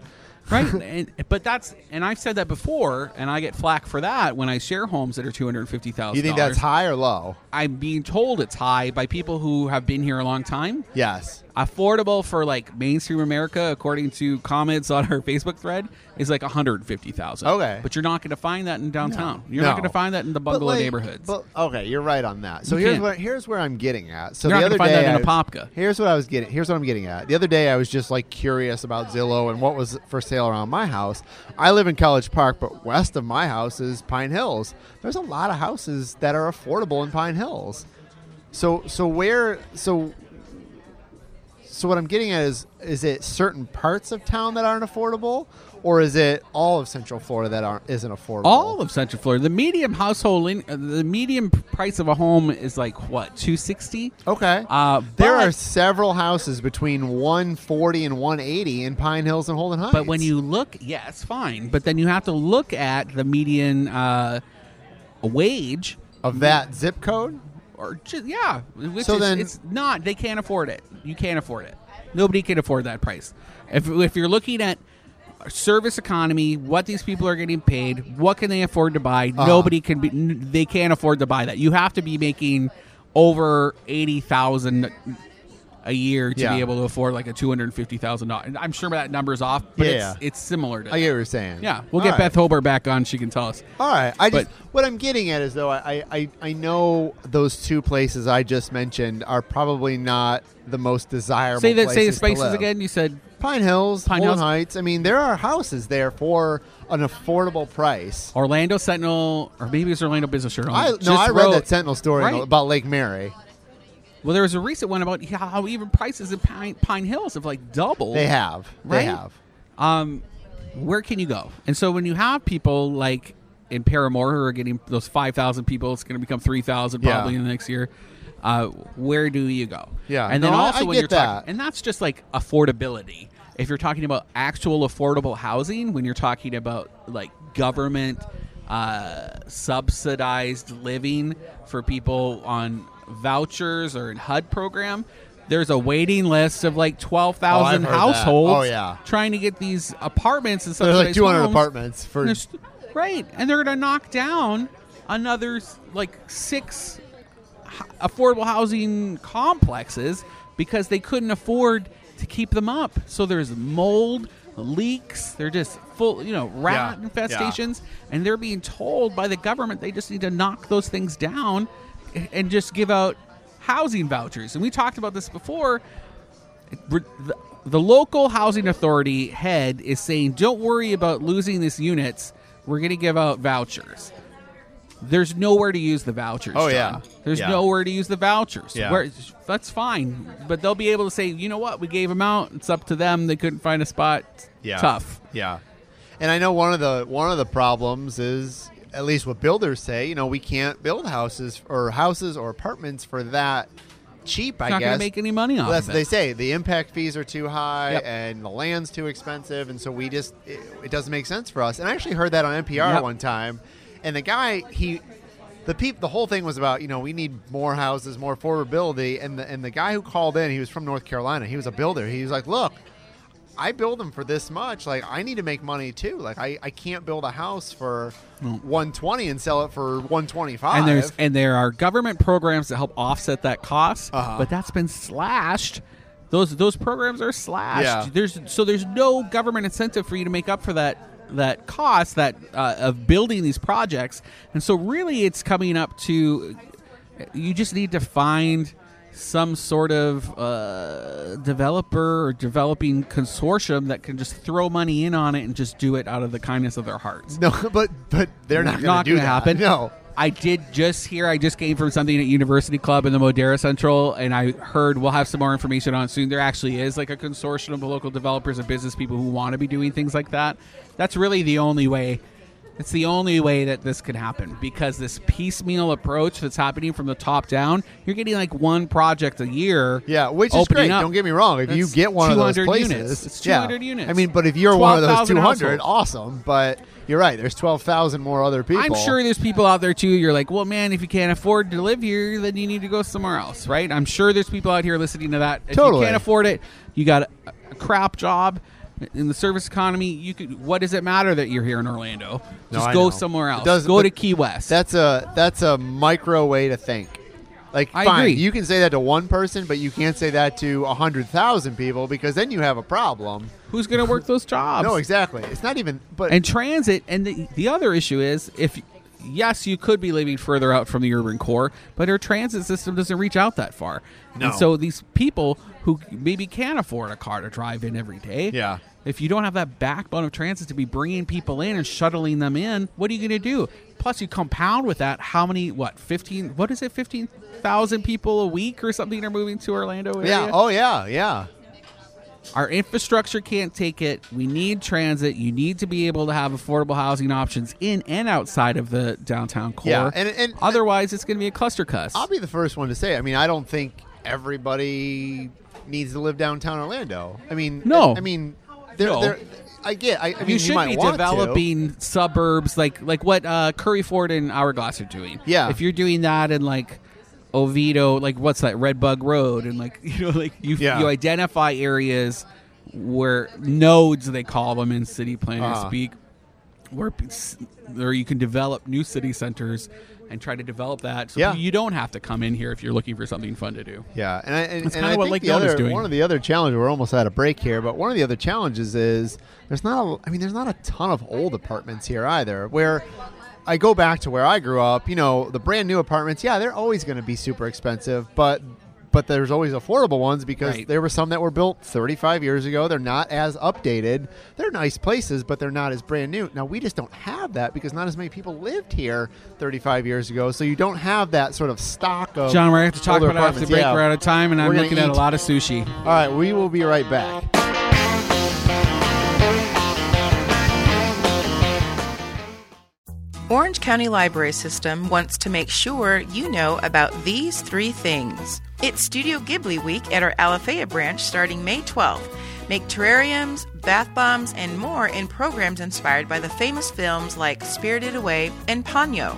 Speaker 2: right? and, but that's and I've said that before, and I get flack for that when I share homes that are two hundred fifty thousand.
Speaker 1: you think that's high or low?
Speaker 2: I'm being told it's high by people who have been here a long time.
Speaker 1: Yes.
Speaker 2: Affordable for like mainstream America, according to comments on our Facebook thread, is like one hundred fifty thousand.
Speaker 1: Okay.
Speaker 2: but you're not going to find that in downtown. You're
Speaker 1: No.
Speaker 2: not going to find that in the
Speaker 1: But,
Speaker 2: bungalow
Speaker 1: like,
Speaker 2: neighborhoods.
Speaker 1: But okay, you're right on that. So
Speaker 2: You
Speaker 1: here's
Speaker 2: can't.
Speaker 1: what here's where I'm getting at. So
Speaker 2: You're
Speaker 1: the
Speaker 2: not
Speaker 1: other
Speaker 2: gonna find
Speaker 1: day,
Speaker 2: that in
Speaker 1: I-
Speaker 2: Apopka.
Speaker 1: Here's what I was getting. Here's what I'm getting at. The other day, I was just like curious about Zillow and what was for sale around my house. I live in College Park, but west of my house is Pine Hills. There's a lot of houses that are affordable in Pine Hills. So so where so so what I'm getting at is is it certain parts of town that aren't affordable, or is it all of Central Florida that aren't isn't affordable?
Speaker 2: all of Central Florida, the medium household, in, uh, the medium price of a home is like what two sixty.
Speaker 1: Okay.
Speaker 2: Uh,
Speaker 1: there
Speaker 2: but-
Speaker 1: are several houses between 140 and 180 in Pine Hills and Holden Heights.
Speaker 2: But when you look, yes, fine. But then you have to look at the median uh, wage,
Speaker 1: of that zip code,
Speaker 2: or just, yeah, which
Speaker 1: So
Speaker 2: is,
Speaker 1: then-
Speaker 2: it's not. They can't afford it. You can't afford it. Nobody can afford that price. If if you're looking at service economy, what these people are getting paid, what can they afford to buy?
Speaker 1: Uh-huh.
Speaker 2: Nobody can be. n- They can't afford to buy that. You have to be making over eighty thousand. A year to
Speaker 1: Yeah.
Speaker 2: be able to afford like a two hundred fifty thousand dollars. I'm sure that number's off, but
Speaker 1: Yeah,
Speaker 2: it's
Speaker 1: yeah.
Speaker 2: it's similar to.
Speaker 1: I get what you're saying.
Speaker 2: Yeah, we'll
Speaker 1: All
Speaker 2: get
Speaker 1: right.
Speaker 2: Beth Holber back on. She can tell us.
Speaker 1: All right. I just
Speaker 2: But-
Speaker 1: what I'm getting at is though I, I I know those two places I just mentioned are probably not the most desirable.
Speaker 2: Say that. Say
Speaker 1: places
Speaker 2: the
Speaker 1: to
Speaker 2: spaces
Speaker 1: live.
Speaker 2: again. You said
Speaker 1: Pine Hills,
Speaker 2: Pine
Speaker 1: Holden
Speaker 2: Hills.
Speaker 1: Heights. I mean, there are houses there for an affordable price.
Speaker 2: Orlando Sentinel, or maybe it's Orlando Business Journal.
Speaker 1: I
Speaker 2: Um, Just
Speaker 1: no, I read
Speaker 2: wrote-
Speaker 1: that Sentinel story
Speaker 2: Right.
Speaker 1: about Lake Mary.
Speaker 2: Well, there was a recent one about how even prices in Pine, Pine Hills have like doubled.
Speaker 1: They have. They
Speaker 2: Right?
Speaker 1: have.
Speaker 2: Um, where can you go? And so when you have people like in Paramore who are getting those five thousand people, it's going to become three thousand
Speaker 1: Yeah.
Speaker 2: probably in the next year. Uh, where do you go?
Speaker 1: Yeah.
Speaker 2: and then
Speaker 1: No, I-
Speaker 2: also
Speaker 1: I
Speaker 2: when
Speaker 1: get
Speaker 2: you're
Speaker 1: that.
Speaker 2: talking, and that's just like affordability. If you're talking about actual affordable housing, when you're talking about like government uh, subsidized living for people on vouchers or in HUD program, there's a waiting list of like twelve
Speaker 1: Oh,
Speaker 2: thousand
Speaker 1: heard that.
Speaker 2: households.
Speaker 1: Oh, yeah.
Speaker 2: trying to get these apartments and stuff.
Speaker 1: There's like 200 apartments for
Speaker 2: right, and they're going to knock down another s- like six h- affordable housing complexes because they couldn't afford to keep them up. So there's mold, leaks. They're just full, you know, rat
Speaker 1: Yeah,
Speaker 2: infestations, and they're being told by the government they just need to knock those things down a- and just give out housing vouchers. And we talked about this before re- the, the local housing authority head is saying, "Don't worry about losing these units. We're going to give out vouchers." There's nowhere to use the vouchers.
Speaker 1: Oh,
Speaker 2: John.
Speaker 1: yeah.
Speaker 2: There's
Speaker 1: Yeah.
Speaker 2: nowhere to use the vouchers.
Speaker 1: Yeah.
Speaker 2: Where, that's fine, but they'll be able to say, "You know what? We gave them out. It's up to them. They couldn't find a spot.
Speaker 1: yeah.
Speaker 2: Tough."
Speaker 1: Yeah. And I know one of the one of the problems is at least what builders say, you know, we can't build houses or houses or apartments for that cheap, I
Speaker 2: It's not going
Speaker 1: guess.
Speaker 2: to make any money off
Speaker 1: Well, that's
Speaker 2: of
Speaker 1: what they
Speaker 2: it.
Speaker 1: say. The impact fees are too high,
Speaker 2: Yep.
Speaker 1: and the land's too expensive, and so we just it, it doesn't make sense for us. And I actually heard that on NPR
Speaker 2: Yep.
Speaker 1: one time, and the guy he. The peop, the whole thing was about you know we need more houses, more affordability, and the and the guy who called in, he was from North Carolina. He was a builder. He was like, look, I build them for this much. Like I need to make money too. Like I, I can't build a house for 120 and sell it for 125.
Speaker 2: and there's and there are government programs that help offset that cost,
Speaker 1: Uh-huh.
Speaker 2: but that's been slashed. Those those programs are slashed.
Speaker 1: Yeah.
Speaker 2: There's so there's no government incentive for you to make up for that that cost that uh, of building these projects, and so really it's coming up to you just need to find some sort of uh, developer or developing consortium that can just throw money in on it and just do it out of the kindness of their hearts.
Speaker 1: [LAUGHS] no, but but they're not going to do
Speaker 2: gonna
Speaker 1: that.
Speaker 2: happen.
Speaker 1: No,
Speaker 2: I did just hear. I just came from something at University Club in the Modera Central, and I heard we'll have some more information on it soon. There actually is like a consortium of local developers and business people who want to be doing things like that. That's really the only way. It's the only way that this can happen because this piecemeal approach that's happening from the top down, you're getting like one project a year.
Speaker 1: Yeah, which is
Speaker 2: opening
Speaker 1: great.
Speaker 2: up.
Speaker 1: Don't get me wrong. If you
Speaker 2: That's
Speaker 1: get one of those
Speaker 2: 200
Speaker 1: places,
Speaker 2: units. it's
Speaker 1: yeah.
Speaker 2: 200 units.
Speaker 1: I mean, but if you're one of those
Speaker 2: 12,000
Speaker 1: 200,
Speaker 2: households.
Speaker 1: awesome. But you're right. There's 12,000 more other people.
Speaker 2: I'm sure there's people out there too. You're like, well, man, if you can't afford to live here, then you need to go somewhere else, right? I'm sure there's people out here listening to that. If
Speaker 1: Totally.
Speaker 2: you can't afford it, you got a, a crap job in the service economy. You could. What does it matter that you're here in Orlando?
Speaker 1: No,
Speaker 2: Just
Speaker 1: I
Speaker 2: go
Speaker 1: know.
Speaker 2: somewhere
Speaker 1: It
Speaker 2: else.
Speaker 1: doesn't-
Speaker 2: go
Speaker 1: but
Speaker 2: to Key West.
Speaker 1: that's a that's a micro way to think. Like,
Speaker 2: I
Speaker 1: fine,
Speaker 2: agree.
Speaker 1: you can say that to one person, but you can't say that to 100,000 people because then you have a problem.
Speaker 2: Who's going to work those jobs?
Speaker 1: No, exactly. It's not even. But
Speaker 2: and transit and the, the other issue is if yes you could be living further out from the urban core but our transit system doesn't reach out that far
Speaker 1: No.
Speaker 2: and so these people who maybe can't afford a car to drive in every day
Speaker 1: Yeah.
Speaker 2: if you don't have that backbone of transit to be bringing people in and shuttling them in what are you going to do plus you compound with that how many what 15 what is it 15,000 people a week or something are moving to Orlando area
Speaker 1: yeah. Oh yeah. Yeah.
Speaker 2: our infrastructure can't take it. We need transit. You need to be able to have affordable housing options in and outside of the downtown core.
Speaker 1: Yeah, and- and-
Speaker 2: otherwise, it's going to be a cluster cuss.
Speaker 1: I'll be the first one to say. I mean, I don't think everybody needs to live downtown Orlando. I mean,
Speaker 2: No.
Speaker 1: I mean, there,
Speaker 2: No.
Speaker 1: there- I get. I, I mean,
Speaker 2: you
Speaker 1: you,
Speaker 2: should
Speaker 1: might
Speaker 2: be
Speaker 1: want to.
Speaker 2: developing suburbs like like what uh, Curry Ford and Hourglass are doing.
Speaker 1: Yeah.
Speaker 2: if you're doing that in like Oviedo, like what's that Red Bug Road, and like [LAUGHS] you know, like you
Speaker 1: Yeah.
Speaker 2: you identify areas where nodes they call them in city planner
Speaker 1: Uh-huh.
Speaker 2: speak, where p- s- where you can develop new city centers and try to develop that. So
Speaker 1: Yeah.
Speaker 2: you don't have to come in here if you're looking for something fun to do.
Speaker 1: Yeah, and I, and,
Speaker 2: That's
Speaker 1: and
Speaker 2: kinda
Speaker 1: I
Speaker 2: what
Speaker 1: think
Speaker 2: Lake
Speaker 1: the
Speaker 2: Dawn is
Speaker 1: other
Speaker 2: doing.
Speaker 1: one of the other challenges. We're almost out of break here, but one of the other challenges is there's not. A, I mean, there's not a ton of old apartments here either. Where I go back to where I grew up, you know, the brand new apartments. Yeah, they're always going to be super expensive, but but there's always affordable ones because
Speaker 2: Right.
Speaker 1: there were some that were built 35 years ago. They're not as updated. They're nice places, but they're not as brand new. Now we just don't have that because not as many people lived here 35 years ago. So you don't have that sort of stock of
Speaker 2: John, we're going to have to talk
Speaker 1: Um, older
Speaker 2: about it after the
Speaker 1: apartments.
Speaker 2: break.
Speaker 1: Yeah.
Speaker 2: We're out of time, and
Speaker 1: We're
Speaker 2: I'm
Speaker 1: gonna
Speaker 2: looking at a
Speaker 1: eat.
Speaker 2: lot of sushi.
Speaker 1: All right, we will be right back.
Speaker 4: Orange County Library System wants to make sure you know about these three things. It's Studio Ghibli Week at our Alafaya branch starting May 12th. Make terrariums, bath bombs, and more in programs inspired by the famous films like Spirited Away and Ponyo.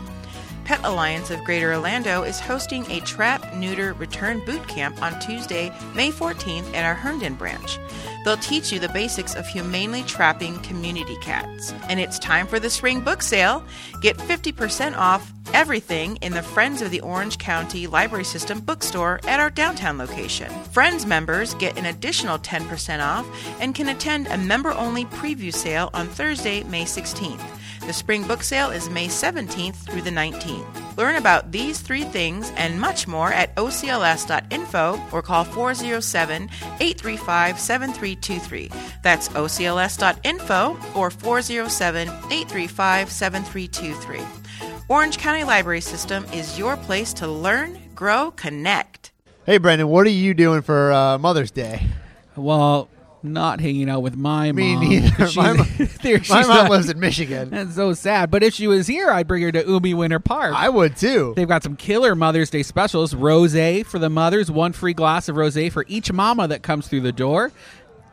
Speaker 4: Pet Alliance of Greater Orlando is hosting a trap neuter return boot camp on Tuesday, May 14th at our Herndon branch. They'll teach you the basics of humanely trapping community cats. And it's time for the spring book sale. Get 50% off everything in the Friends of the Orange County Library System bookstore at our downtown location. Friends members get an additional 10% off and can attend a member only preview sale on Thursday, May 16th. The spring book sale is May 17th through the 19th. Learn about these three things and much more at ocls.info or call 407 835 7323. That's ocls.info or 407 835 7323. Orange County Library System is your place to learn, grow, connect.
Speaker 2: [LAUGHS]
Speaker 1: Hey, Brendan, what are you doing for uh, Mother's Day?
Speaker 2: Well, not hanging out with my
Speaker 1: Me
Speaker 2: mom.
Speaker 1: neither.
Speaker 2: [LAUGHS] She's-
Speaker 1: My mom-
Speaker 2: there she's
Speaker 1: My mom
Speaker 2: not.
Speaker 1: lives in
Speaker 2: [LAUGHS]
Speaker 1: Michigan.
Speaker 2: That's so sad. But if she was here, I'd bring her to Umi Winter Park.
Speaker 1: I would too.
Speaker 2: They've got some killer Mother's Day specials. Rose for the mothers, one free glass of rose for each mama that comes through the door.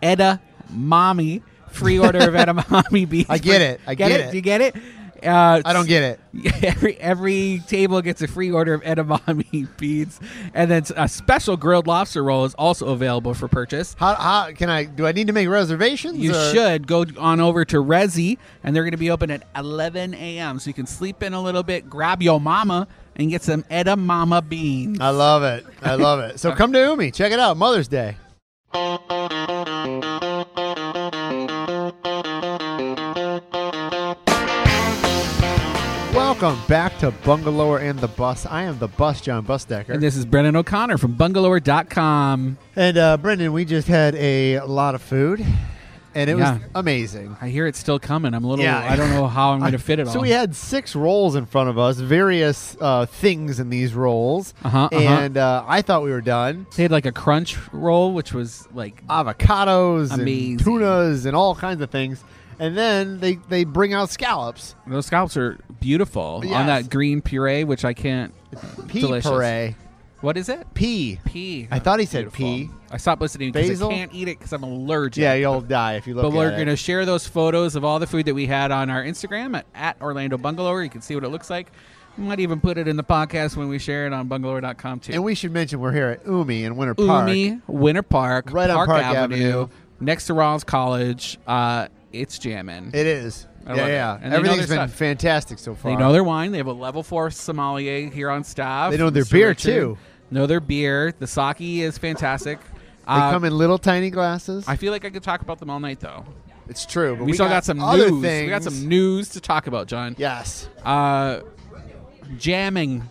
Speaker 2: Edda Mommy, free order
Speaker 1: [LAUGHS]
Speaker 2: of edamame beans.
Speaker 1: I get it. I get it.
Speaker 2: You get it? Uh,
Speaker 1: I don't get it.
Speaker 2: [LAUGHS] Every every table gets a free order of [LAUGHS] edamame beads, and then a special grilled lobster roll is also available for purchase.
Speaker 1: How, how can I? Do I need to make reservations?
Speaker 2: You
Speaker 1: or-
Speaker 2: should go on over to Resi, and they're going to be open at 11 a.m. So you can sleep in a little bit, grab your mama, and get some edamame beans.
Speaker 1: I love it. I love it. So come to Umi. Check it out. Mother's Day. Welcome back to Bungalower and the Bus. I am the Bus, John Busdecker.
Speaker 2: And this is Brendan O'Connor from bungalower.com.
Speaker 1: And uh, Brendan, we just had a lot of food, and it
Speaker 2: Yeah.
Speaker 1: was amazing.
Speaker 2: I hear it's still coming. I'm a little,
Speaker 1: Yeah.
Speaker 2: I don't know how I'm going [LAUGHS] to fit it all.
Speaker 1: So we had six rolls in front of us, various uh, things in these rolls,
Speaker 2: Uh-huh, uh-huh.
Speaker 1: and uh, I thought we were done.
Speaker 2: they had like a crunch roll, which was like,
Speaker 1: Avocados
Speaker 2: Amazing.
Speaker 1: and tunas and all kinds of things, and then they they bring out scallops,
Speaker 2: those scallops are beautiful
Speaker 1: Yes.
Speaker 2: on that green puree, which I can't.
Speaker 1: pea
Speaker 2: Delicious.
Speaker 1: puree,
Speaker 2: What is it?
Speaker 1: pea.
Speaker 2: Pea.
Speaker 1: I thought he said
Speaker 2: Beautiful.
Speaker 1: pea.
Speaker 2: I stopped listening because I
Speaker 1: Basil?
Speaker 2: can't eat it because I'm allergic.
Speaker 1: Yeah, you'll die if you look.
Speaker 2: But we're
Speaker 1: at it.
Speaker 2: going to share those photos of all the food that we had on our Instagram at, at Orlando Bungalower. You can see what it looks like. We might even put it in the podcast when we share it on bungalower.com too.
Speaker 1: And we should mention we're here at Umi in Winter Park.
Speaker 2: Umi, Winter Park,
Speaker 1: Right on
Speaker 2: Park,
Speaker 1: Park
Speaker 2: Avenue,
Speaker 1: Avenue.
Speaker 2: next to Rollins College. Uh, it's jamming.
Speaker 1: It is.
Speaker 2: I
Speaker 1: yeah,
Speaker 2: love it.
Speaker 1: yeah.
Speaker 2: And they know
Speaker 1: Everything's
Speaker 2: their
Speaker 1: been
Speaker 2: stuff.
Speaker 1: fantastic so far.
Speaker 2: they know their wine. They have a level four sommelier here on staff.
Speaker 1: They know their
Speaker 2: Mr.
Speaker 1: beer,
Speaker 2: Richard.
Speaker 1: too.
Speaker 2: Know their beer. The sake is fantastic. Uh,
Speaker 1: They come in little tiny glasses.
Speaker 2: I feel like I could talk about them all night though.
Speaker 1: it's true. But
Speaker 2: We, still got, some
Speaker 1: other
Speaker 2: news.
Speaker 1: Things.
Speaker 2: We got some news to talk about, John.
Speaker 1: Yes,
Speaker 2: Uh, jamming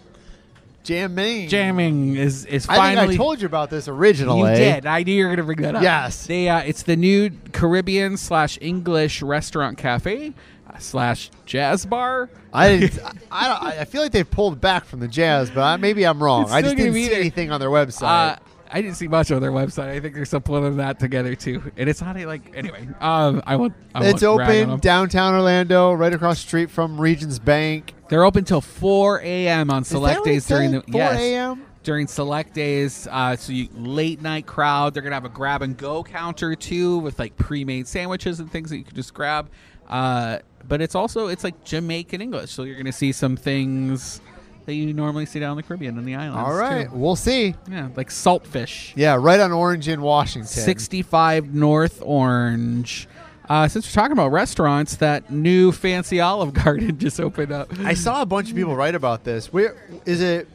Speaker 1: jamming.
Speaker 2: jamming is is
Speaker 1: I
Speaker 2: finally.
Speaker 1: think I told you about this originally.
Speaker 2: you did. I knew you were going to bring that up.
Speaker 1: Yes.
Speaker 2: they. Uh, it's the new Caribbean slash English restaurant cafe uh, slash jazz bar.
Speaker 1: I didn't. I, I, don't, I feel like they've pulled back from the jazz, but I, maybe I'm wrong.
Speaker 2: It's
Speaker 1: I just
Speaker 2: still gonna
Speaker 1: didn't
Speaker 2: be
Speaker 1: see
Speaker 2: there.
Speaker 1: anything on their website.
Speaker 2: Uh, I didn't see much on their website. I think they're still pulling that together too. And it's not a, like anyway. Um, I won't. I
Speaker 1: it's
Speaker 2: won't rag on
Speaker 1: open
Speaker 2: them.
Speaker 1: downtown Orlando, right across the street from Regions Bank.
Speaker 2: They're open till four a.m. on
Speaker 1: Is that
Speaker 2: select
Speaker 1: what
Speaker 2: days
Speaker 1: it
Speaker 2: during the
Speaker 1: said? four
Speaker 2: yes.
Speaker 1: a.m.
Speaker 2: during select days. Uh, so you late night crowd, they're gonna have a grab and go counter too, with like pre-made sandwiches and things that you can just grab. Uh, but it's also it's like Jamaican English, so you're gonna see some things that you normally see down in the Caribbean and the islands.
Speaker 1: All right,
Speaker 2: too.
Speaker 1: we'll see.
Speaker 2: yeah, like saltfish.
Speaker 1: Yeah, right on Orange in Washington.
Speaker 2: 65 North Orange. Uh, since we're talking about restaurants, that new fancy Olive Garden [LAUGHS] just opened up.
Speaker 1: I saw a bunch of people write about this. Where is it?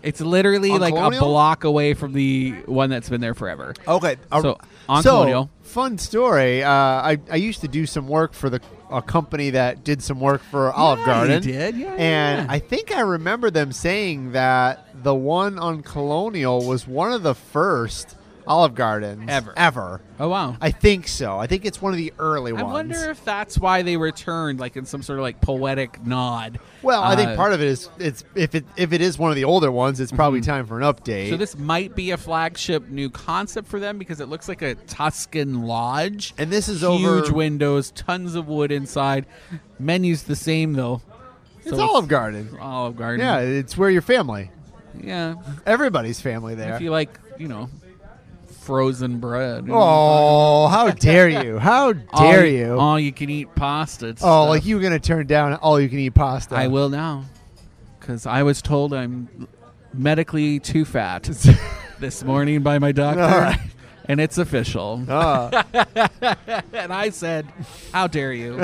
Speaker 2: It's literally
Speaker 1: On
Speaker 2: like a
Speaker 1: Colonial?
Speaker 2: block away from the one that's been there forever.
Speaker 1: Okay. uh,
Speaker 2: So, on
Speaker 1: so,
Speaker 2: Colonial.
Speaker 1: Fun story. Uh, I, I used to do some work for the a company that did some work for Olive
Speaker 2: you
Speaker 1: Garden.
Speaker 2: did? Yeah,
Speaker 1: And
Speaker 2: yeah.
Speaker 1: I think I remember them saying that the one on Colonial was one of the first Olive Gardens
Speaker 2: Ever.
Speaker 1: Ever.
Speaker 2: Oh wow!
Speaker 1: I think so. I think it's one of the early
Speaker 2: I
Speaker 1: ones.
Speaker 2: wonder if that's why they returned, like in some sort of like poetic nod.
Speaker 1: well, I think
Speaker 2: Uh,
Speaker 1: part of it is it's if it if it is one of the older ones, it's probably time for an update.
Speaker 2: Mm-hmm. So this might be a flagship new concept for them because it looks like a Tuscan lodge.
Speaker 1: and this is
Speaker 2: huge
Speaker 1: over.
Speaker 2: windows, tons of wood inside. Menu's the same though.
Speaker 1: It's Olive Garden.
Speaker 2: Olive Garden.
Speaker 1: Yeah, it's where your family,
Speaker 2: yeah.
Speaker 1: everybody's family there.
Speaker 2: If you like, you know, frozen bread.
Speaker 1: Oh,
Speaker 2: [LAUGHS]
Speaker 1: how dare you! How
Speaker 2: All
Speaker 1: dare you!
Speaker 2: All you can eat pasta. and
Speaker 1: Oh,
Speaker 2: stuff.
Speaker 1: like you were gonna turn down all you can eat pasta.
Speaker 2: I will now, because I was told I'm medically too fat [LAUGHS] this morning by my doctor,
Speaker 1: All right.
Speaker 2: [LAUGHS] and it's official. [LAUGHS]
Speaker 1: Uh,
Speaker 2: And I said, "How dare you?"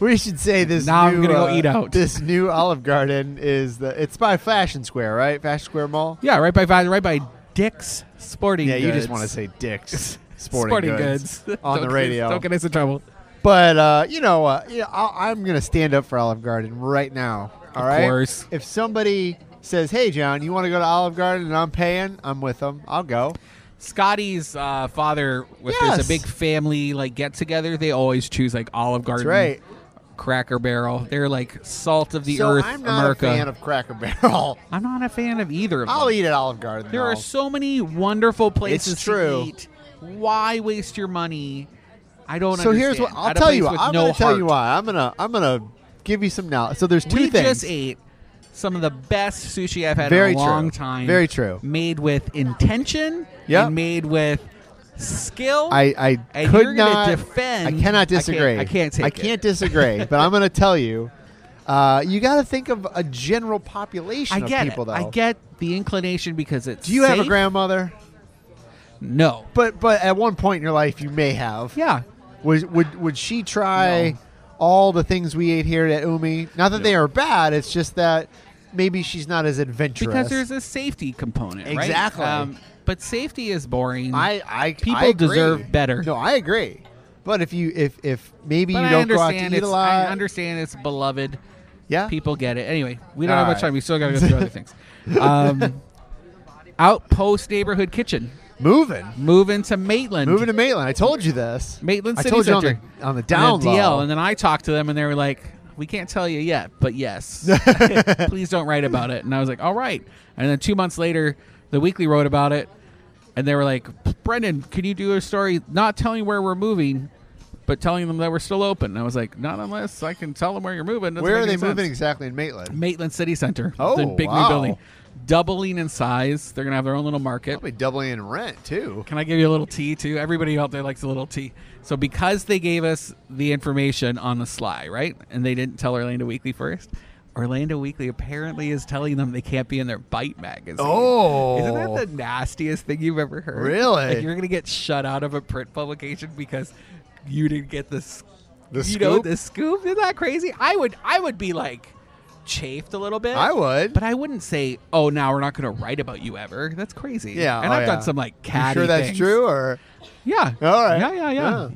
Speaker 1: we should say this.
Speaker 2: Now I'm
Speaker 1: new,
Speaker 2: gonna go
Speaker 1: uh,
Speaker 2: eat out.
Speaker 1: This new Olive Garden is the. It's by Fashion Square, right? Fashion Square Mall.
Speaker 2: yeah, right by right by Dick's Sporting.
Speaker 1: Yeah, you
Speaker 2: Goods.
Speaker 1: just want to say
Speaker 2: [LAUGHS]
Speaker 1: Dick's Sporting,
Speaker 2: sporting, goods, [LAUGHS]
Speaker 1: on
Speaker 2: Don't
Speaker 1: the
Speaker 2: get-
Speaker 1: radio.
Speaker 2: Don't get us in trouble.
Speaker 1: But uh, you know, uh, yeah, I, I'm gonna stand up for Olive Garden right now. All right.
Speaker 2: course.
Speaker 1: If somebody says, "Hey, John, you want to go to Olive Garden?" and I'm paying, I'm with them. I'll go.
Speaker 2: Scotty's uh, father, if there's
Speaker 1: Yes.
Speaker 2: a big family like get together, they always choose like Olive Garden,
Speaker 1: right.
Speaker 2: Cracker Barrel. They're like salt of the
Speaker 1: so
Speaker 2: earth,
Speaker 1: I'm not
Speaker 2: America.
Speaker 1: a fan of Cracker Barrel. [LAUGHS]
Speaker 2: I'm not a fan of either of them.
Speaker 1: I'll eat at Olive Garden.
Speaker 2: There
Speaker 1: though.
Speaker 2: are so many wonderful places
Speaker 1: true.
Speaker 2: to eat why waste your money? I don't.
Speaker 1: so here's what
Speaker 2: understand.
Speaker 1: I'll
Speaker 2: At a
Speaker 1: tell
Speaker 2: place
Speaker 1: you.
Speaker 2: with
Speaker 1: What, I'm
Speaker 2: no
Speaker 1: gonna tell you
Speaker 2: heart.
Speaker 1: why. I'm gonna I'm gonna give you some now. So there's two
Speaker 2: we
Speaker 1: things.
Speaker 2: just ate some of the best sushi I've had
Speaker 1: Very
Speaker 2: in a
Speaker 1: true.
Speaker 2: long time.
Speaker 1: Very true.
Speaker 2: Made with intention.
Speaker 1: Yep.
Speaker 2: And made with skill.
Speaker 1: I, I
Speaker 2: And
Speaker 1: could
Speaker 2: you're gonna
Speaker 1: not
Speaker 2: defend-
Speaker 1: I cannot
Speaker 2: I can't-
Speaker 1: disagree.
Speaker 2: I can't take
Speaker 1: I
Speaker 2: it.
Speaker 1: can't disagree. but I'm going to tell you, uh, you got to think of a general population
Speaker 2: I
Speaker 1: of
Speaker 2: get
Speaker 1: people.
Speaker 2: it.
Speaker 1: Though
Speaker 2: I get the inclination because it's.
Speaker 1: Do you have
Speaker 2: safe.
Speaker 1: a grandmother?
Speaker 2: No.
Speaker 1: But but at one point in your life, you may have.
Speaker 2: Yeah.
Speaker 1: Would would would she try all the things we ate here at Umi? Not that they are bad. It's just that maybe she's not as adventurous.
Speaker 2: Because there's a safety component, right? Um,
Speaker 1: Exactly.
Speaker 2: but safety is boring.
Speaker 1: I, I
Speaker 2: People
Speaker 1: I agree.
Speaker 2: deserve better.
Speaker 1: No, I agree. But if you if if maybe
Speaker 2: but
Speaker 1: you
Speaker 2: I
Speaker 1: don't go out
Speaker 2: understand
Speaker 1: to eat
Speaker 2: it's,
Speaker 1: a lot,
Speaker 2: I understand it's beloved.
Speaker 1: yeah,
Speaker 2: People get it. Anyway, we don't
Speaker 1: All
Speaker 2: have much
Speaker 1: right.
Speaker 2: time. We still got to go through other things.
Speaker 1: [LAUGHS]
Speaker 2: Um, Outpost Neighborhood Kitchen.
Speaker 1: moving.
Speaker 2: Moving to Maitland.
Speaker 1: Moving to Maitland. I told you this.
Speaker 2: Maitland
Speaker 1: I
Speaker 2: City
Speaker 1: told you on
Speaker 2: Center.
Speaker 1: the, on the
Speaker 2: And
Speaker 1: down
Speaker 2: DL.
Speaker 1: low.
Speaker 2: And then I talked to them and they were like, we can't tell you yet,
Speaker 1: [LAUGHS]
Speaker 2: but yes. Please don't write about it. And I was like, all right. And then two months later, the weekly wrote about it. And they were like, Brendan, can you do a story not telling where we're moving, but telling them that we're still open? And I was like, not unless I can tell them where you're moving. Doesn't
Speaker 1: Where are
Speaker 2: make
Speaker 1: they
Speaker 2: any sense."
Speaker 1: moving exactly in Maitland?
Speaker 2: Maitland City Center.
Speaker 1: Oh,
Speaker 2: the big new
Speaker 1: wow.
Speaker 2: building. Doubling in size. They're going to have their own little market.
Speaker 1: Probably doubling in rent too.
Speaker 2: Can I give you a little tea too? Everybody out there likes a little tea. So because they gave us the information on the sly, right? And they didn't tell Orlando Weekly first. Orlando Weekly apparently is telling them they can't be in their Bite magazine.
Speaker 1: Oh.
Speaker 2: isn't that the nastiest thing you've ever heard?
Speaker 1: Really?
Speaker 2: Like you're gonna get shut out of a print publication because you didn't get the s-
Speaker 1: The
Speaker 2: you know
Speaker 1: scoop?
Speaker 2: the scoop. Isn't that crazy? I would I would be like chafed a little bit.
Speaker 1: I would.
Speaker 2: But I wouldn't say, "Oh, now we're not going to write about you ever." That's crazy.
Speaker 1: Yeah,
Speaker 2: and
Speaker 1: oh,
Speaker 2: I've
Speaker 1: yeah.
Speaker 2: done some like
Speaker 1: You
Speaker 2: catty.
Speaker 1: sure that's
Speaker 2: things.
Speaker 1: true or
Speaker 2: Yeah.
Speaker 1: all right?
Speaker 2: Yeah, yeah, yeah.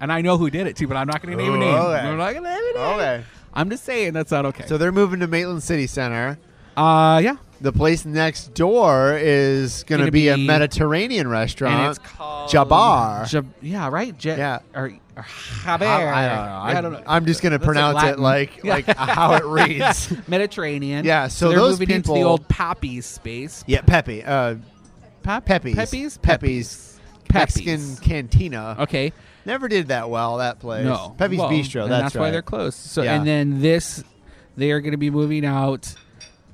Speaker 2: And I know who did it too, but I'm not going to name a
Speaker 1: Ooh,
Speaker 2: name.
Speaker 1: okay.
Speaker 2: I'm not going to name a name.
Speaker 1: Okay.
Speaker 2: I'm just saying that's not okay.
Speaker 1: Oh, So they're moving to Maitland City Center.
Speaker 2: uh, yeah,
Speaker 1: The place next door is going
Speaker 2: Gonna
Speaker 1: to be a
Speaker 2: be-
Speaker 1: Mediterranean restaurant.
Speaker 2: and it's called
Speaker 1: Jabbar.
Speaker 2: Ja- yeah, right. Ja-
Speaker 1: Yeah.
Speaker 2: Or, or Jaber.
Speaker 1: I, I don't know.
Speaker 2: I, don't know.
Speaker 1: am just going to
Speaker 2: That's a
Speaker 1: pronounce it
Speaker 2: Latin.
Speaker 1: like
Speaker 2: [LAUGHS] Yeah.
Speaker 1: like how it
Speaker 2: [LAUGHS]
Speaker 1: reads.
Speaker 2: Mediterranean.
Speaker 1: Yeah, so
Speaker 2: they're
Speaker 1: those
Speaker 2: moving into the
Speaker 1: people-
Speaker 2: old Poppy's space.
Speaker 1: yeah, Pepe. Uh,
Speaker 2: Pop-
Speaker 1: Pepe's.
Speaker 2: Pepe's.
Speaker 1: Pepe's. Mexican
Speaker 2: Pepe's.
Speaker 1: cantina.
Speaker 2: Okay.
Speaker 1: Never did that well. That place.
Speaker 2: No,
Speaker 1: Pepe's
Speaker 2: Well,
Speaker 1: Bistro.
Speaker 2: and
Speaker 1: That's,
Speaker 2: that's
Speaker 1: right.
Speaker 2: why they're closed. So,
Speaker 1: Yeah.
Speaker 2: and then this, they are going to be moving out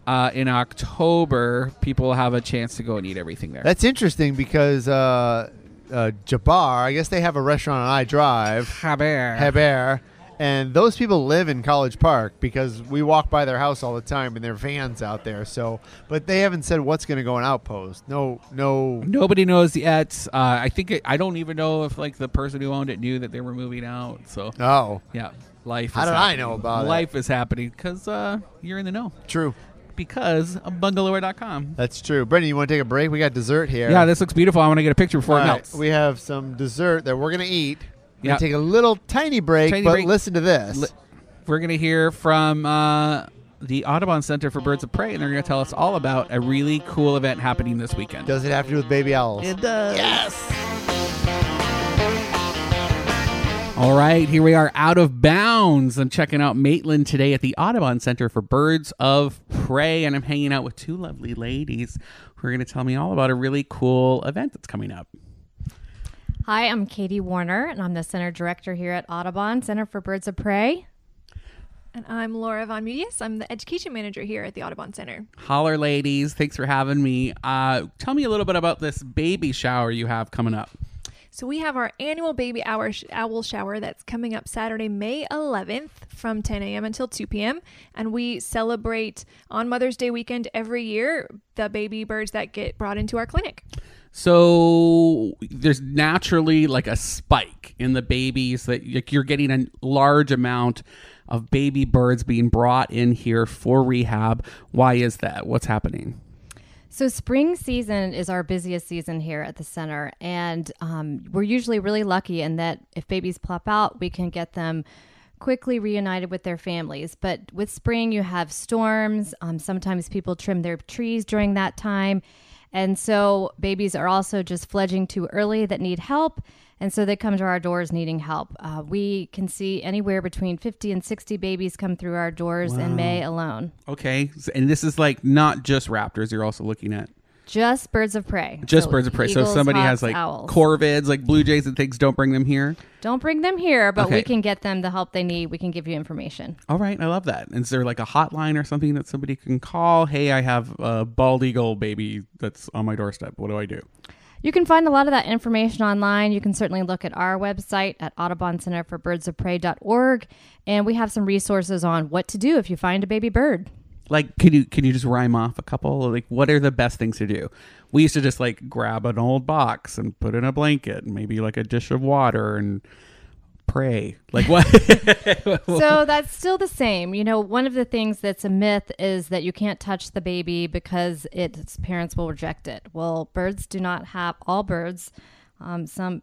Speaker 2: uh, in October. People have a chance to go and eat everything there.
Speaker 1: That's interesting because uh, uh, Jabbar. I guess they have a restaurant on I Drive,
Speaker 2: Haber.
Speaker 1: Hebert, and those people live in College Park because we walk by their house all the time and their vans out there. So, but they haven't said what's going to go in Outpost. No, no.
Speaker 2: Nobody knows yet. Uh, I think it, I don't even know if like the person who owned it knew that they were moving out. So
Speaker 1: Oh,
Speaker 2: yeah, life.
Speaker 1: How
Speaker 2: is
Speaker 1: did I
Speaker 2: happening.
Speaker 1: know about it?
Speaker 2: Life is happening because uh, you're in the know
Speaker 1: true.
Speaker 2: because of bungalower.com.
Speaker 1: That's true. Brendan, you want to take a break? We got dessert here.
Speaker 2: Yeah, this looks beautiful. I want to get a picture before
Speaker 1: All
Speaker 2: it
Speaker 1: right,
Speaker 2: melts.
Speaker 1: We have some dessert that we're going to eat. We're going
Speaker 2: Yeah.
Speaker 1: to take a little tiny break,
Speaker 2: Tiny
Speaker 1: but
Speaker 2: break.
Speaker 1: listen to this.
Speaker 2: Li- We're going to hear from uh, the Audubon Center for Birds of Prey, and they're going to tell us all about a really cool event happening this weekend.
Speaker 1: Does it have to do with baby owls?
Speaker 2: It does. All right, here we are out of bounds. I'm checking out Maitland today at the Audubon Center for Birds of Prey, and I'm hanging out with two lovely ladies who are going to tell me all about a really cool event that's coming up.
Speaker 6: Hi, I'm Katie Warner, and I'm the center director here at Audubon Center for Birds of Prey.
Speaker 7: And I'm Laura Von Mudius. I'm the education manager here at the Audubon Center.
Speaker 2: Holler, ladies. Thanks for having me. Uh, tell me a little bit about this baby shower you have coming up.
Speaker 7: So we have our annual baby hour sh- owl shower that's coming up Saturday, May 11th from 10 a.m. until 2 p.m. And we celebrate on Mother's Day weekend every year the baby birds that get brought into our clinic.
Speaker 2: So there's naturally like a spike in the babies that like you're getting a large amount of baby birds being brought in here for rehab. Why is that? What's happening?
Speaker 6: So, spring season is our busiest season here at the center, and um, we're usually really lucky in that if babies plop out, we can get them quickly reunited with their families. But with spring, you have storms. Um, sometimes people trim their trees during that time. And so, babies are also just fledging too early that need help. And so they come to our doors needing help. Uh, we can see anywhere between 50 and 60 babies come through our doors in May alone.
Speaker 2: Okay, and this is like not just raptors. You're also looking at
Speaker 6: Just birds of prey.
Speaker 2: Just
Speaker 6: So
Speaker 2: birds of prey. so if
Speaker 6: eagles,
Speaker 2: somebody
Speaker 6: hawks,
Speaker 2: has like
Speaker 6: owls.
Speaker 2: corvids, like blue jays and things, don't bring them here.
Speaker 6: Don't bring them here, but
Speaker 2: Okay.
Speaker 6: we can get them the help they need. We can give you information.
Speaker 2: All right, I love that. Is there like a hotline or something that somebody can call? Hey, I have a bald eagle baby that's on my doorstep. What do I do?
Speaker 6: You can find a lot of that information online. You can certainly look at our website at Audubon Center for Birds of Prey.org, and we have some resources on what to do if you find a baby bird.
Speaker 2: Like, can you can you just rhyme off a couple? Like, what are the best things to do? We used to just like grab an old box and put in a blanket and maybe like a dish of water and pray. Like what?
Speaker 6: so that's still the same. You know, one of the things that's a myth is that you can't touch the baby because its parents will reject it. Well, birds do not have all birds. Um, some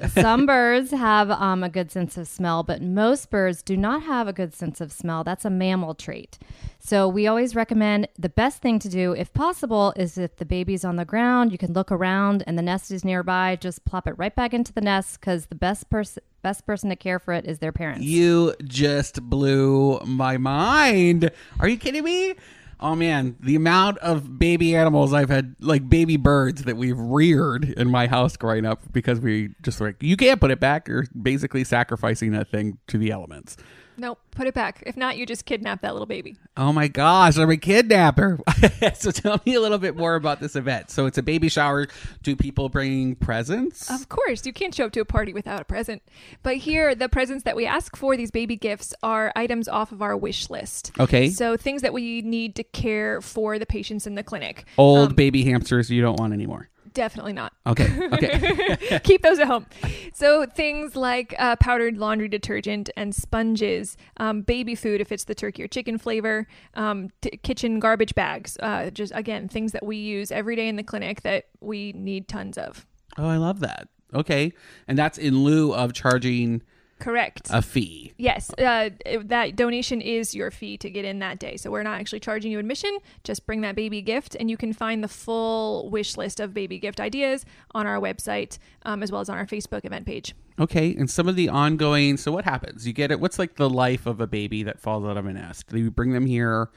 Speaker 6: [LAUGHS] some birds have um, a good sense of smell, but most birds do not have a good sense of smell. That's a mammal trait. So we always recommend the best thing to do, if possible, is if the baby's on the ground, you can look around and the nest is nearby, just plop it right back into the nest because the best person best person to care for it is their
Speaker 2: [LAUGHS]
Speaker 6: parents.
Speaker 2: You just blew my mind. Are you kidding me? Oh man, the amount of baby animals I've had, like baby birds that we've reared in my house growing up because we just like, you can't put it back. You're basically sacrificing that thing to the elements.
Speaker 7: Nope, put it back. If not, you just kidnap that little baby.
Speaker 2: Oh my gosh, I'm a kidnapper. [LAUGHS] so tell me a little bit more about this event. So it's a baby shower. Do people bring presents?
Speaker 7: Of course, you can't show up to a party without a present. But here, the presents that we ask for, these baby gifts, are items off of our wish list.
Speaker 2: Okay.
Speaker 7: So things that we need to care for the patients in the clinic.
Speaker 2: Old baby hamsters you don't want anymore.
Speaker 7: Definitely not.
Speaker 2: Okay. Okay.
Speaker 7: [LAUGHS] Keep those at home. So things like uh, powdered laundry detergent and sponges, um, baby food if it's the turkey or chicken flavor, um, t- kitchen garbage bags. Uh, just again, things that we use every day in the clinic that we need tons of.
Speaker 2: Oh, I love that. Okay. And that's in lieu of charging
Speaker 7: Correct.
Speaker 2: a fee.
Speaker 7: Yes, uh, it- that donation is your fee to get in that day. So we're not actually charging you admission. Just bring that baby gift, and you can find the full wish list of baby gift ideas on our website um, as well as on our Facebook event page.
Speaker 2: Okay. And some of the ongoing, so what happens? You get it. What's like the life of a baby that falls out of a nest? You bring them here.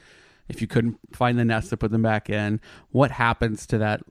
Speaker 2: If you couldn't find the nest to put them back in, what happens to that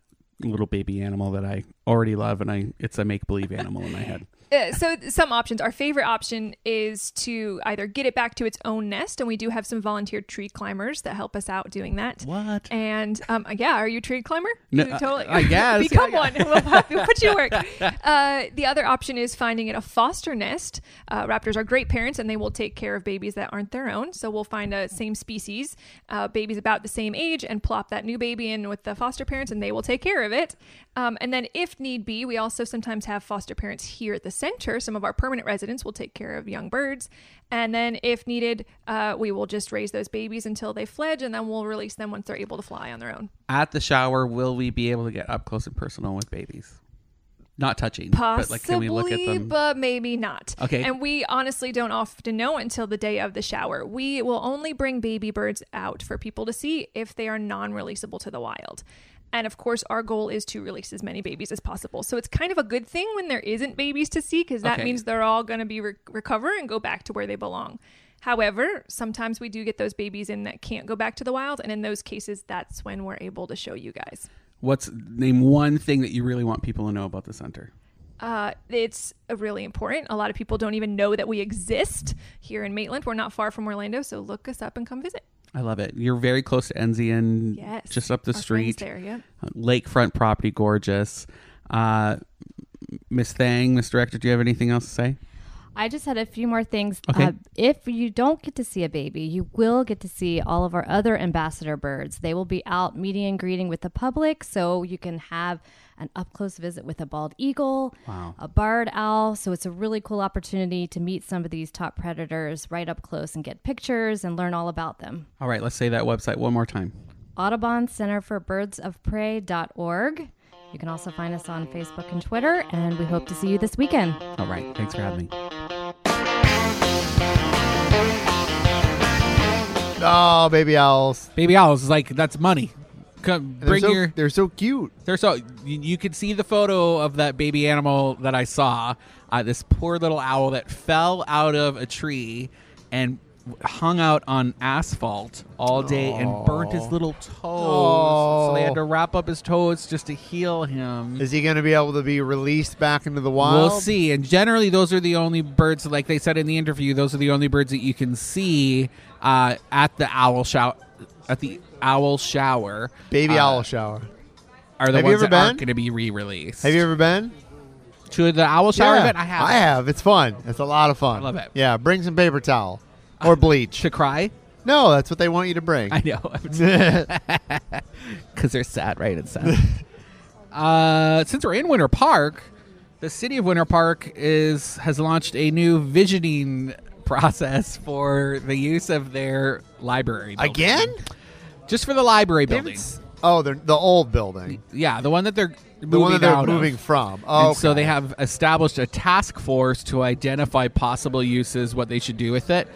Speaker 2: little baby animal that I already love and I it's a make believe animal in my
Speaker 7: [LAUGHS]
Speaker 2: head?
Speaker 7: Uh, so th- some options. Our favorite option is to either get it back to its own nest, and we do have some volunteer tree climbers that help us out doing that.
Speaker 2: What?
Speaker 7: And um, yeah, are you a tree climber?
Speaker 2: No,
Speaker 7: You
Speaker 2: I- I guess.
Speaker 7: become
Speaker 2: Yeah, I
Speaker 7: one. [LAUGHS] We'll, we'll put you to work. Uh, the other option is finding it a foster nest. Uh, raptors are great parents, and they will take care of babies that aren't their own. So we'll find a same species, uh, babies about the same age, and plop that new baby in with the foster parents, and they will take care of it. Um, and then, if need be, we also sometimes have foster parents here at the center. Some of our permanent residents will take care of young birds. And then, if needed, uh, we will just raise those babies until they fledge, and then we'll release them once they're able to fly on their own.
Speaker 2: At the shower, will we be able to get up close and personal with babies? Not touching,
Speaker 7: Possibly,
Speaker 2: but like can we look at them?
Speaker 7: but maybe not.
Speaker 2: Okay.
Speaker 7: And we honestly don't often know until the day of the shower. We will only bring baby birds out for people to see if they are non-releasable to the wild. And of course, our goal is to release as many babies as possible. So it's kind of a good thing when there isn't babies to see because that
Speaker 2: Okay.
Speaker 7: means they're all going to be re- recover and go back to where they belong. However, sometimes we do get those babies in that can't go back to the wild, and in those cases, that's when we're able to show you guys.
Speaker 2: What's name one thing that you really want people to know about the center?
Speaker 7: Uh, it's really important. A lot of people don't even know that we exist here in Maitland. We're not far from Orlando, so look us up and come visit.
Speaker 2: I love it. You're very close to Enzian,
Speaker 7: Yes,
Speaker 2: just up the
Speaker 7: Our friends
Speaker 2: street.
Speaker 7: there. Yeah.
Speaker 2: lakefront property gorgeous uh miss thang miss director do you have anything else to say
Speaker 6: I just had a few more things.
Speaker 2: Okay.
Speaker 6: Uh, if you don't get to see a baby, you will get to see all of our other ambassador birds. They will be out meeting and greeting with the public, so you can have an up close visit with a bald eagle, a barred owl. So it's a really cool opportunity to meet some of these top predators right up close and get pictures and learn all about them.
Speaker 2: all right let's say that website one more time
Speaker 6: Audubon Center for Birds of Prey.org. You can also find us on Facebook and Twitter, and we hope to see you this weekend.
Speaker 2: all right thanks for having me
Speaker 1: Oh, baby owls.
Speaker 2: baby owls is like that's money come
Speaker 1: They're
Speaker 2: bring
Speaker 1: so,
Speaker 2: your
Speaker 1: They're so cute.
Speaker 2: there's so you, you could see the photo of that baby animal that i saw uh, this poor little owl that fell out of a tree and hung out on asphalt all day and burnt his little toes. So they had to wrap up his toes just to heal him.
Speaker 1: Is he going to be able to be released back into the wild?
Speaker 2: We'll see. And generally, those are the only birds, like they said in the interview, those are the only birds that you can see uh, at the owl shower. At the owl shower,
Speaker 1: Baby
Speaker 2: Uh,
Speaker 1: owl shower.
Speaker 2: are the
Speaker 1: Have you
Speaker 2: ones
Speaker 1: ever
Speaker 2: that aren't
Speaker 1: been?
Speaker 2: going to be re-released.
Speaker 1: Have you ever been?
Speaker 2: to the owl shower
Speaker 1: Yeah,
Speaker 2: event? I have.
Speaker 1: I have. It's fun. It's a lot of fun.
Speaker 2: I love it.
Speaker 1: Yeah, bring some paper towel or bleach.
Speaker 2: to cry.
Speaker 1: No, that's what they want you to bring.
Speaker 2: [LAUGHS] I know.
Speaker 1: [LAUGHS]
Speaker 2: Because they're sad, right? It's sad. uh, since we're in Winter Park, the city of Winter Park is has launched a new visioning process for the use of their library. building.
Speaker 1: Again?
Speaker 2: Just for the library
Speaker 1: They
Speaker 2: building.
Speaker 1: haven't s- Oh, they're the old building.
Speaker 2: Yeah, the one that they're
Speaker 1: The one that
Speaker 2: moving
Speaker 1: they're
Speaker 2: out of.
Speaker 1: moving from. Oh,
Speaker 2: And so
Speaker 1: okay.
Speaker 2: they have established a task force to identify possible uses, what they should do with it.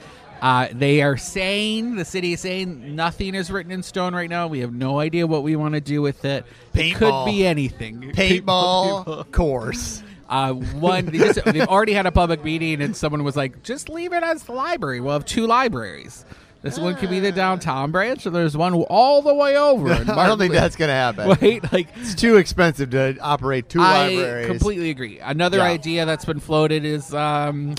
Speaker 2: Uh, they are saying, the city is saying, nothing is written in stone right now. We have no idea what we want to do with it. It could
Speaker 1: Paintball.
Speaker 2: be anything.
Speaker 1: paintball
Speaker 2: [LAUGHS]
Speaker 1: course. [LAUGHS]
Speaker 2: Uh, one, they just, they've already had a public meeting, and someone was like, just leave it as the library. We'll have two libraries. This one could be
Speaker 1: Ah.
Speaker 2: the downtown branch, or there's one all the way
Speaker 1: [LAUGHS]
Speaker 2: over. in
Speaker 1: I don't
Speaker 2: Martin
Speaker 1: think
Speaker 2: Luther-
Speaker 1: that's going to happen.
Speaker 2: Right? Like,
Speaker 1: It's too expensive to operate two libraries.
Speaker 2: I completely agree. Another
Speaker 1: Yeah.
Speaker 2: idea that's been floated is um,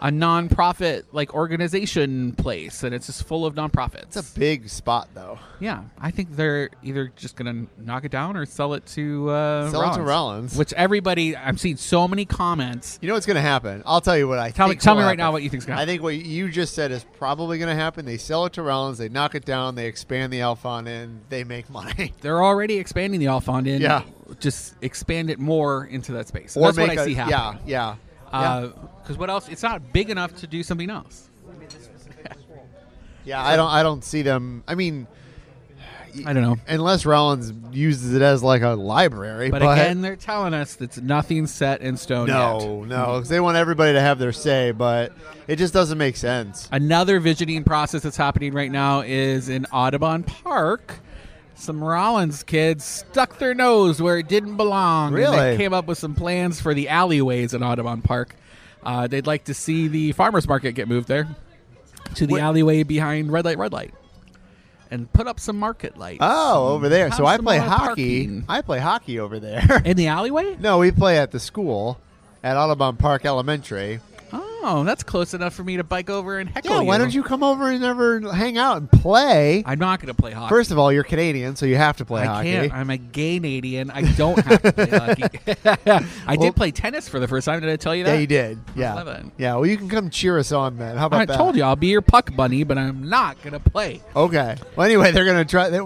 Speaker 2: a nonprofit like organization place, and it's just full of nonprofits.
Speaker 1: It's a big spot though.
Speaker 2: yeah, I think they're either just gonna knock it down or sell it to uh,
Speaker 1: Sell it to Rollins.
Speaker 2: which everybody I'm seeing so many comments.
Speaker 1: You know what's going to happen? I'll tell you what I
Speaker 2: Tell me,
Speaker 1: think
Speaker 2: tell
Speaker 1: will
Speaker 2: me right
Speaker 1: happen.
Speaker 2: now what you think's gonna.
Speaker 1: I
Speaker 2: happen.
Speaker 1: think what you just said is probably going to happen. They sell it to Rollins, they knock it down, they expand the Alphon, and they make money. [LAUGHS]
Speaker 2: they're already expanding the Alfond in.
Speaker 1: Yeah.
Speaker 2: just expand it more into that space. that's what I
Speaker 1: a-
Speaker 2: see happening.
Speaker 1: Yeah, yeah. yeah.
Speaker 2: Because what else? It's not big enough to do something else.
Speaker 1: Yeah, I don't I don't see them. I mean,
Speaker 2: I don't know.
Speaker 1: unless Rollins uses it as like a library,
Speaker 2: But,
Speaker 1: but,
Speaker 2: again, they're telling us that's nothing set in stone yet.
Speaker 1: no, no, because they want everybody to have their say, but it just doesn't make sense.
Speaker 2: Another visioning process that's happening right now is in Audubon Park. Some Rollins kids stuck their nose where it didn't belong. and they
Speaker 1: Really?
Speaker 2: came up with some plans for the alleyways in Audubon Park. Uh, they'd like to see the farmers market get moved there to the
Speaker 1: What-
Speaker 2: alleyway behind Red Light, Red Light, and put up some market lights.
Speaker 1: Oh, over there. So
Speaker 2: Have
Speaker 1: I
Speaker 2: some
Speaker 1: play
Speaker 2: more
Speaker 1: hockey.
Speaker 2: parking.
Speaker 1: I play hockey over
Speaker 2: [LAUGHS]
Speaker 1: there.
Speaker 2: in the alleyway?
Speaker 1: [LAUGHS] no, we play at the school at Audubon Park Elementary.
Speaker 2: Oh, that's close enough for me to bike over and heckle
Speaker 1: Yeah,
Speaker 2: you.
Speaker 1: why don't you come over and ever hang out and play?
Speaker 2: I'm not going to play hockey.
Speaker 1: First of all, you're Canadian, so you have to play
Speaker 2: I
Speaker 1: hockey.
Speaker 2: can't. I'm a gay Canadian. I don't have to play
Speaker 1: [LAUGHS]
Speaker 2: hockey. I
Speaker 1: Well-
Speaker 2: did play tennis for the first time. Did I tell you that?
Speaker 1: yeah, you did. Yeah,
Speaker 2: love it.
Speaker 1: yeah. Well, you can come cheer us on, man. How about
Speaker 2: I
Speaker 1: that?
Speaker 2: told you I'll be your puck bunny, but I'm not gonna play.
Speaker 1: Okay. Well, anyway, they're gonna try. They,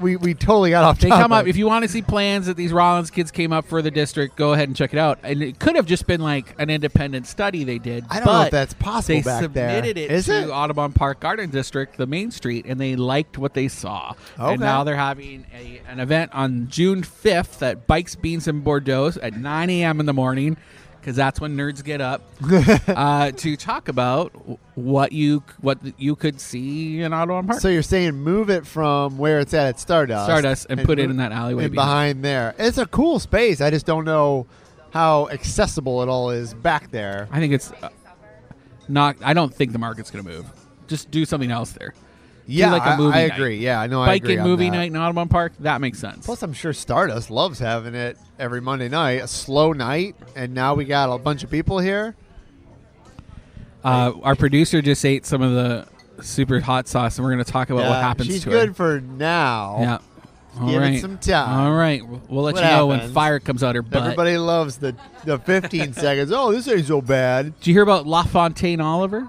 Speaker 1: we we totally got off.
Speaker 2: They
Speaker 1: topic.
Speaker 2: come up. If you want to see plans that these Rollins kids came up for the district, go ahead and check it out. And it could have just been like an independent study they did.
Speaker 1: I don't know if
Speaker 2: but
Speaker 1: that's possible
Speaker 2: They
Speaker 1: back there.
Speaker 2: submitted it
Speaker 1: Is
Speaker 2: to
Speaker 1: it?
Speaker 2: Audubon Park Garden District, the main street, and they liked what they saw.
Speaker 1: Okay.
Speaker 2: And now they're having a, an event on June 5th at Bikes, Beans, and Bordeaux at 9 a.m. in the morning. Because that's when nerds
Speaker 1: [LAUGHS]
Speaker 2: get up uh, to talk about what you what you could see in Ottawa Park.
Speaker 1: so you're saying move it from where it's at at Stardust,
Speaker 2: Stardust, and put it
Speaker 1: move-
Speaker 2: in that alleyway
Speaker 1: and
Speaker 2: behind.
Speaker 1: behind there. It's a cool space. I just don't know how accessible it all is back there.
Speaker 2: I think it's uh, not. I don't think the market's going to move. Just do something else there.
Speaker 1: Yeah,
Speaker 2: like a
Speaker 1: I-
Speaker 2: movie
Speaker 1: I,
Speaker 2: night.
Speaker 1: agree. Yeah, I know. I
Speaker 2: Bike
Speaker 1: agree
Speaker 2: and
Speaker 1: on
Speaker 2: movie
Speaker 1: that.
Speaker 2: night in Audubon Park. That makes sense.
Speaker 1: Plus, I'm sure Stardust loves having it every Monday night, a slow night, and now we got a bunch of people here.
Speaker 2: uh, our producer just ate some of the super hot sauce, and we're going to talk about what
Speaker 1: Yeah,
Speaker 2: happens
Speaker 1: She's
Speaker 2: to
Speaker 1: good
Speaker 2: her.
Speaker 1: for now.
Speaker 2: yeah. All
Speaker 1: Give it
Speaker 2: right.
Speaker 1: some time.
Speaker 2: All right. We'll, we'll let
Speaker 1: What
Speaker 2: you know when
Speaker 1: happens?
Speaker 2: fire comes out her butt.
Speaker 1: Everybody loves the the
Speaker 2: [LAUGHS]
Speaker 1: 15 seconds. Oh, this ain't so bad.
Speaker 2: Did you hear about LaFontaine Oliver?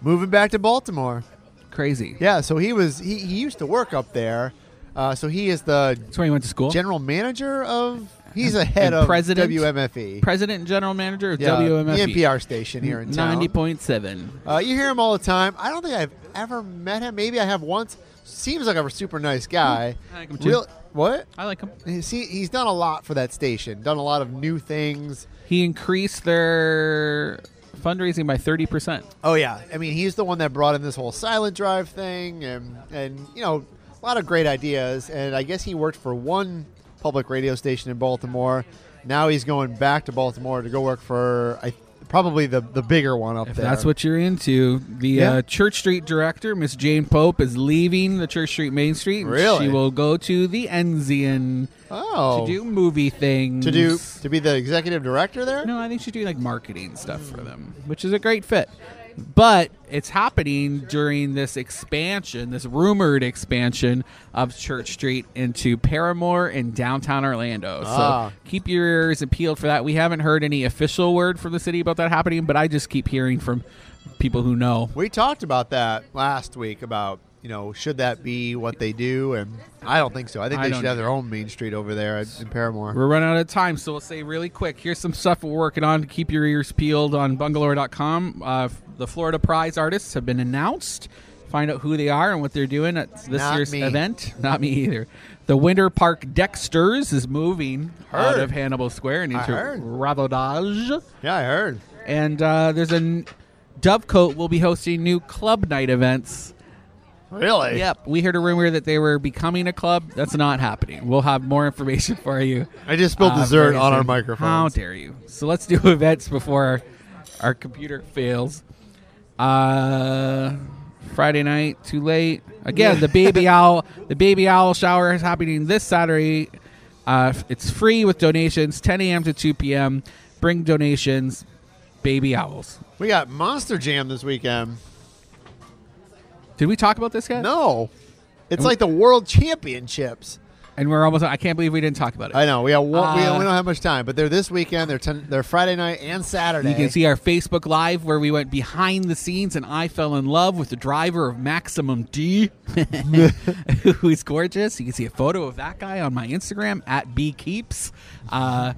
Speaker 1: Moving back to Baltimore.
Speaker 2: Crazy.
Speaker 1: Yeah, so he was he, he used to work up there. Uh, so he is the
Speaker 2: That's where he went to school.
Speaker 1: general manager of. He's a head
Speaker 2: And
Speaker 1: of
Speaker 2: president?
Speaker 1: WMFE.
Speaker 2: President and general manager of
Speaker 1: E. yeah, E
Speaker 2: WMFE.
Speaker 1: the NPR station here in town.
Speaker 2: E. Ninety point seven.
Speaker 1: Uh, you hear him all the time. I don't think I've ever met him. Maybe I have once. Seems like a super nice guy.
Speaker 2: I like him too.
Speaker 1: what?
Speaker 2: I like him.
Speaker 1: See, he's done a lot for that station. Done a lot of new things.
Speaker 2: He increased their fundraising by thirty percent.
Speaker 1: Oh yeah, I mean he's the one that brought in this whole silent drive thing, and and you know a lot of great ideas. And I guess he worked for one public radio station in Baltimore. Now he's going back to Baltimore to go work for I probably the the bigger one up
Speaker 2: If
Speaker 1: there.
Speaker 2: that's what you're into, the
Speaker 1: Yeah.
Speaker 2: uh, Church Street director, Miss Jane Pope, is leaving the Church Street Main Street.
Speaker 1: Really?
Speaker 2: She will go to the Enzian
Speaker 1: oh
Speaker 2: to do movie things.
Speaker 1: to do to be the executive director there.
Speaker 2: No, I think she's doing like marketing stuff for them, which is a great fit. But it's happening during this expansion, this rumored expansion of Church Street into Paramore in downtown Orlando.
Speaker 1: Ah.
Speaker 2: So keep your ears peeled for that. We haven't heard any official word from the city about that happening, but I just keep hearing from people who know.
Speaker 1: We talked about that last week about you know should that be what they do, and I don't think so. I think
Speaker 2: I
Speaker 1: they
Speaker 2: don't
Speaker 1: should have their own main street over there at, in Paramore.
Speaker 2: We're running out of time, so we'll say really quick. Here's some stuff we're working on. Keep your ears peeled on bungalow.com. Uh, the Florida Prize artists have been announced. Find out who they are and what they're doing at this
Speaker 1: Not
Speaker 2: year's
Speaker 1: me.
Speaker 2: event. Not me either. The Winter Park Dexters is moving out
Speaker 1: Heard.
Speaker 2: of Hannibal Square and
Speaker 1: I
Speaker 2: into
Speaker 1: heard.
Speaker 2: Ravodage.
Speaker 1: Yeah, I heard.
Speaker 2: And uh, there's a n- Dovecote will be hosting new club night events.
Speaker 1: Really?
Speaker 2: Yep, we heard a rumor that they were becoming a club. That's not happening. We'll have more information [LAUGHS] for you.
Speaker 1: I just spilled
Speaker 2: Uh,
Speaker 1: dessert
Speaker 2: very
Speaker 1: on our
Speaker 2: soon. How
Speaker 1: microphones.
Speaker 2: dare you? So let's do [LAUGHS] events before our, our computer fails. Uh, Friday night, too late. Again,
Speaker 1: [LAUGHS]
Speaker 2: the baby owl, the baby owl shower is happening this Saturday. Uh, it's free with donations, 10 a.m. to 2 p.m. Bring donations, baby owls.
Speaker 1: We got Monster Jam this weekend.
Speaker 2: Did we talk about this yet?
Speaker 1: No, it's like the World Championships.
Speaker 2: And we're almost. I can't believe we didn't talk about it.
Speaker 1: I know we have one, we,
Speaker 2: Uh,
Speaker 1: we don't have much time, but they're this weekend. They're ten, they're Friday night and Saturday.
Speaker 2: You can see our Facebook Live where we went behind the scenes and I fell in love with the driver of Maximum
Speaker 1: [LAUGHS]
Speaker 2: D, [LAUGHS] who's gorgeous. You can see a photo of that guy on my Instagram at BKeeps. Uh,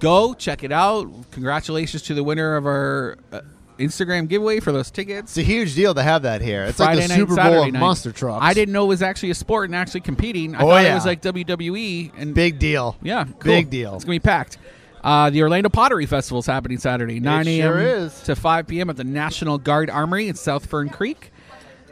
Speaker 2: go check it out. Congratulations to the winner of our uh, Instagram giveaway for those
Speaker 1: it's
Speaker 2: tickets.
Speaker 1: a huge deal to have that here. It's like the Super Bowl
Speaker 2: Saturday
Speaker 1: of
Speaker 2: night.
Speaker 1: monster trucks.
Speaker 2: I didn't know it was actually a sport and actually competing. I
Speaker 1: Oh,
Speaker 2: thought it
Speaker 1: yeah.
Speaker 2: was like WWE and
Speaker 1: big deal.
Speaker 2: yeah, cool.
Speaker 1: big deal.
Speaker 2: It's gonna be packed. Uh, the Orlando Pottery Festival is happening Saturday, nine a.m.
Speaker 1: sure is.
Speaker 2: to five p.m. at the National Guard Armory in South Fern Creek.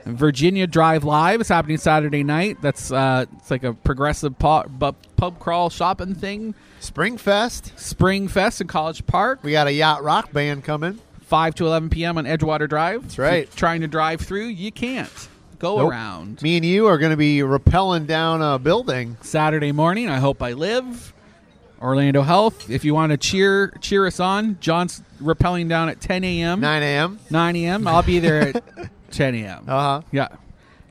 Speaker 2: Virginia Drive Live is happening Saturday night. That's uh, it's like a progressive pub, pub crawl shopping thing.
Speaker 1: Spring Fest.
Speaker 2: Spring Fest in College Park,
Speaker 1: We got a yacht rock band coming.
Speaker 2: five to eleven p.m. on Edgewater Drive. That's
Speaker 1: right.
Speaker 2: trying to drive through, you can't go
Speaker 1: Nope.
Speaker 2: around.
Speaker 1: Me and you are going to be rappelling down a building.
Speaker 2: Saturday morning. I hope I live. Orlando Health. If you want to cheer cheer us on, John's rappelling down at 10 a.m.
Speaker 1: 9 a.m.
Speaker 2: 9 a.m. I'll be there
Speaker 1: [LAUGHS]
Speaker 2: at 10 a.m.
Speaker 1: Uh huh.
Speaker 2: yeah.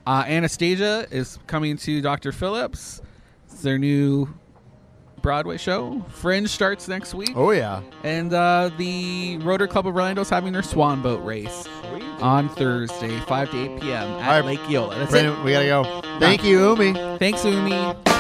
Speaker 2: Uh, Anastasia is coming to Dr. Phillips. It's their new Broadway show. Fringe starts next week.
Speaker 1: Oh yeah.
Speaker 2: And uh, the Rotor Club of Orlando is having their swan boat race on Thursday, 5 to 8 p.m. at
Speaker 1: right.
Speaker 2: Lake Yola. That's
Speaker 1: Brandon, we gotta go. Thank you, Umi.
Speaker 2: it. Thanks, Umi.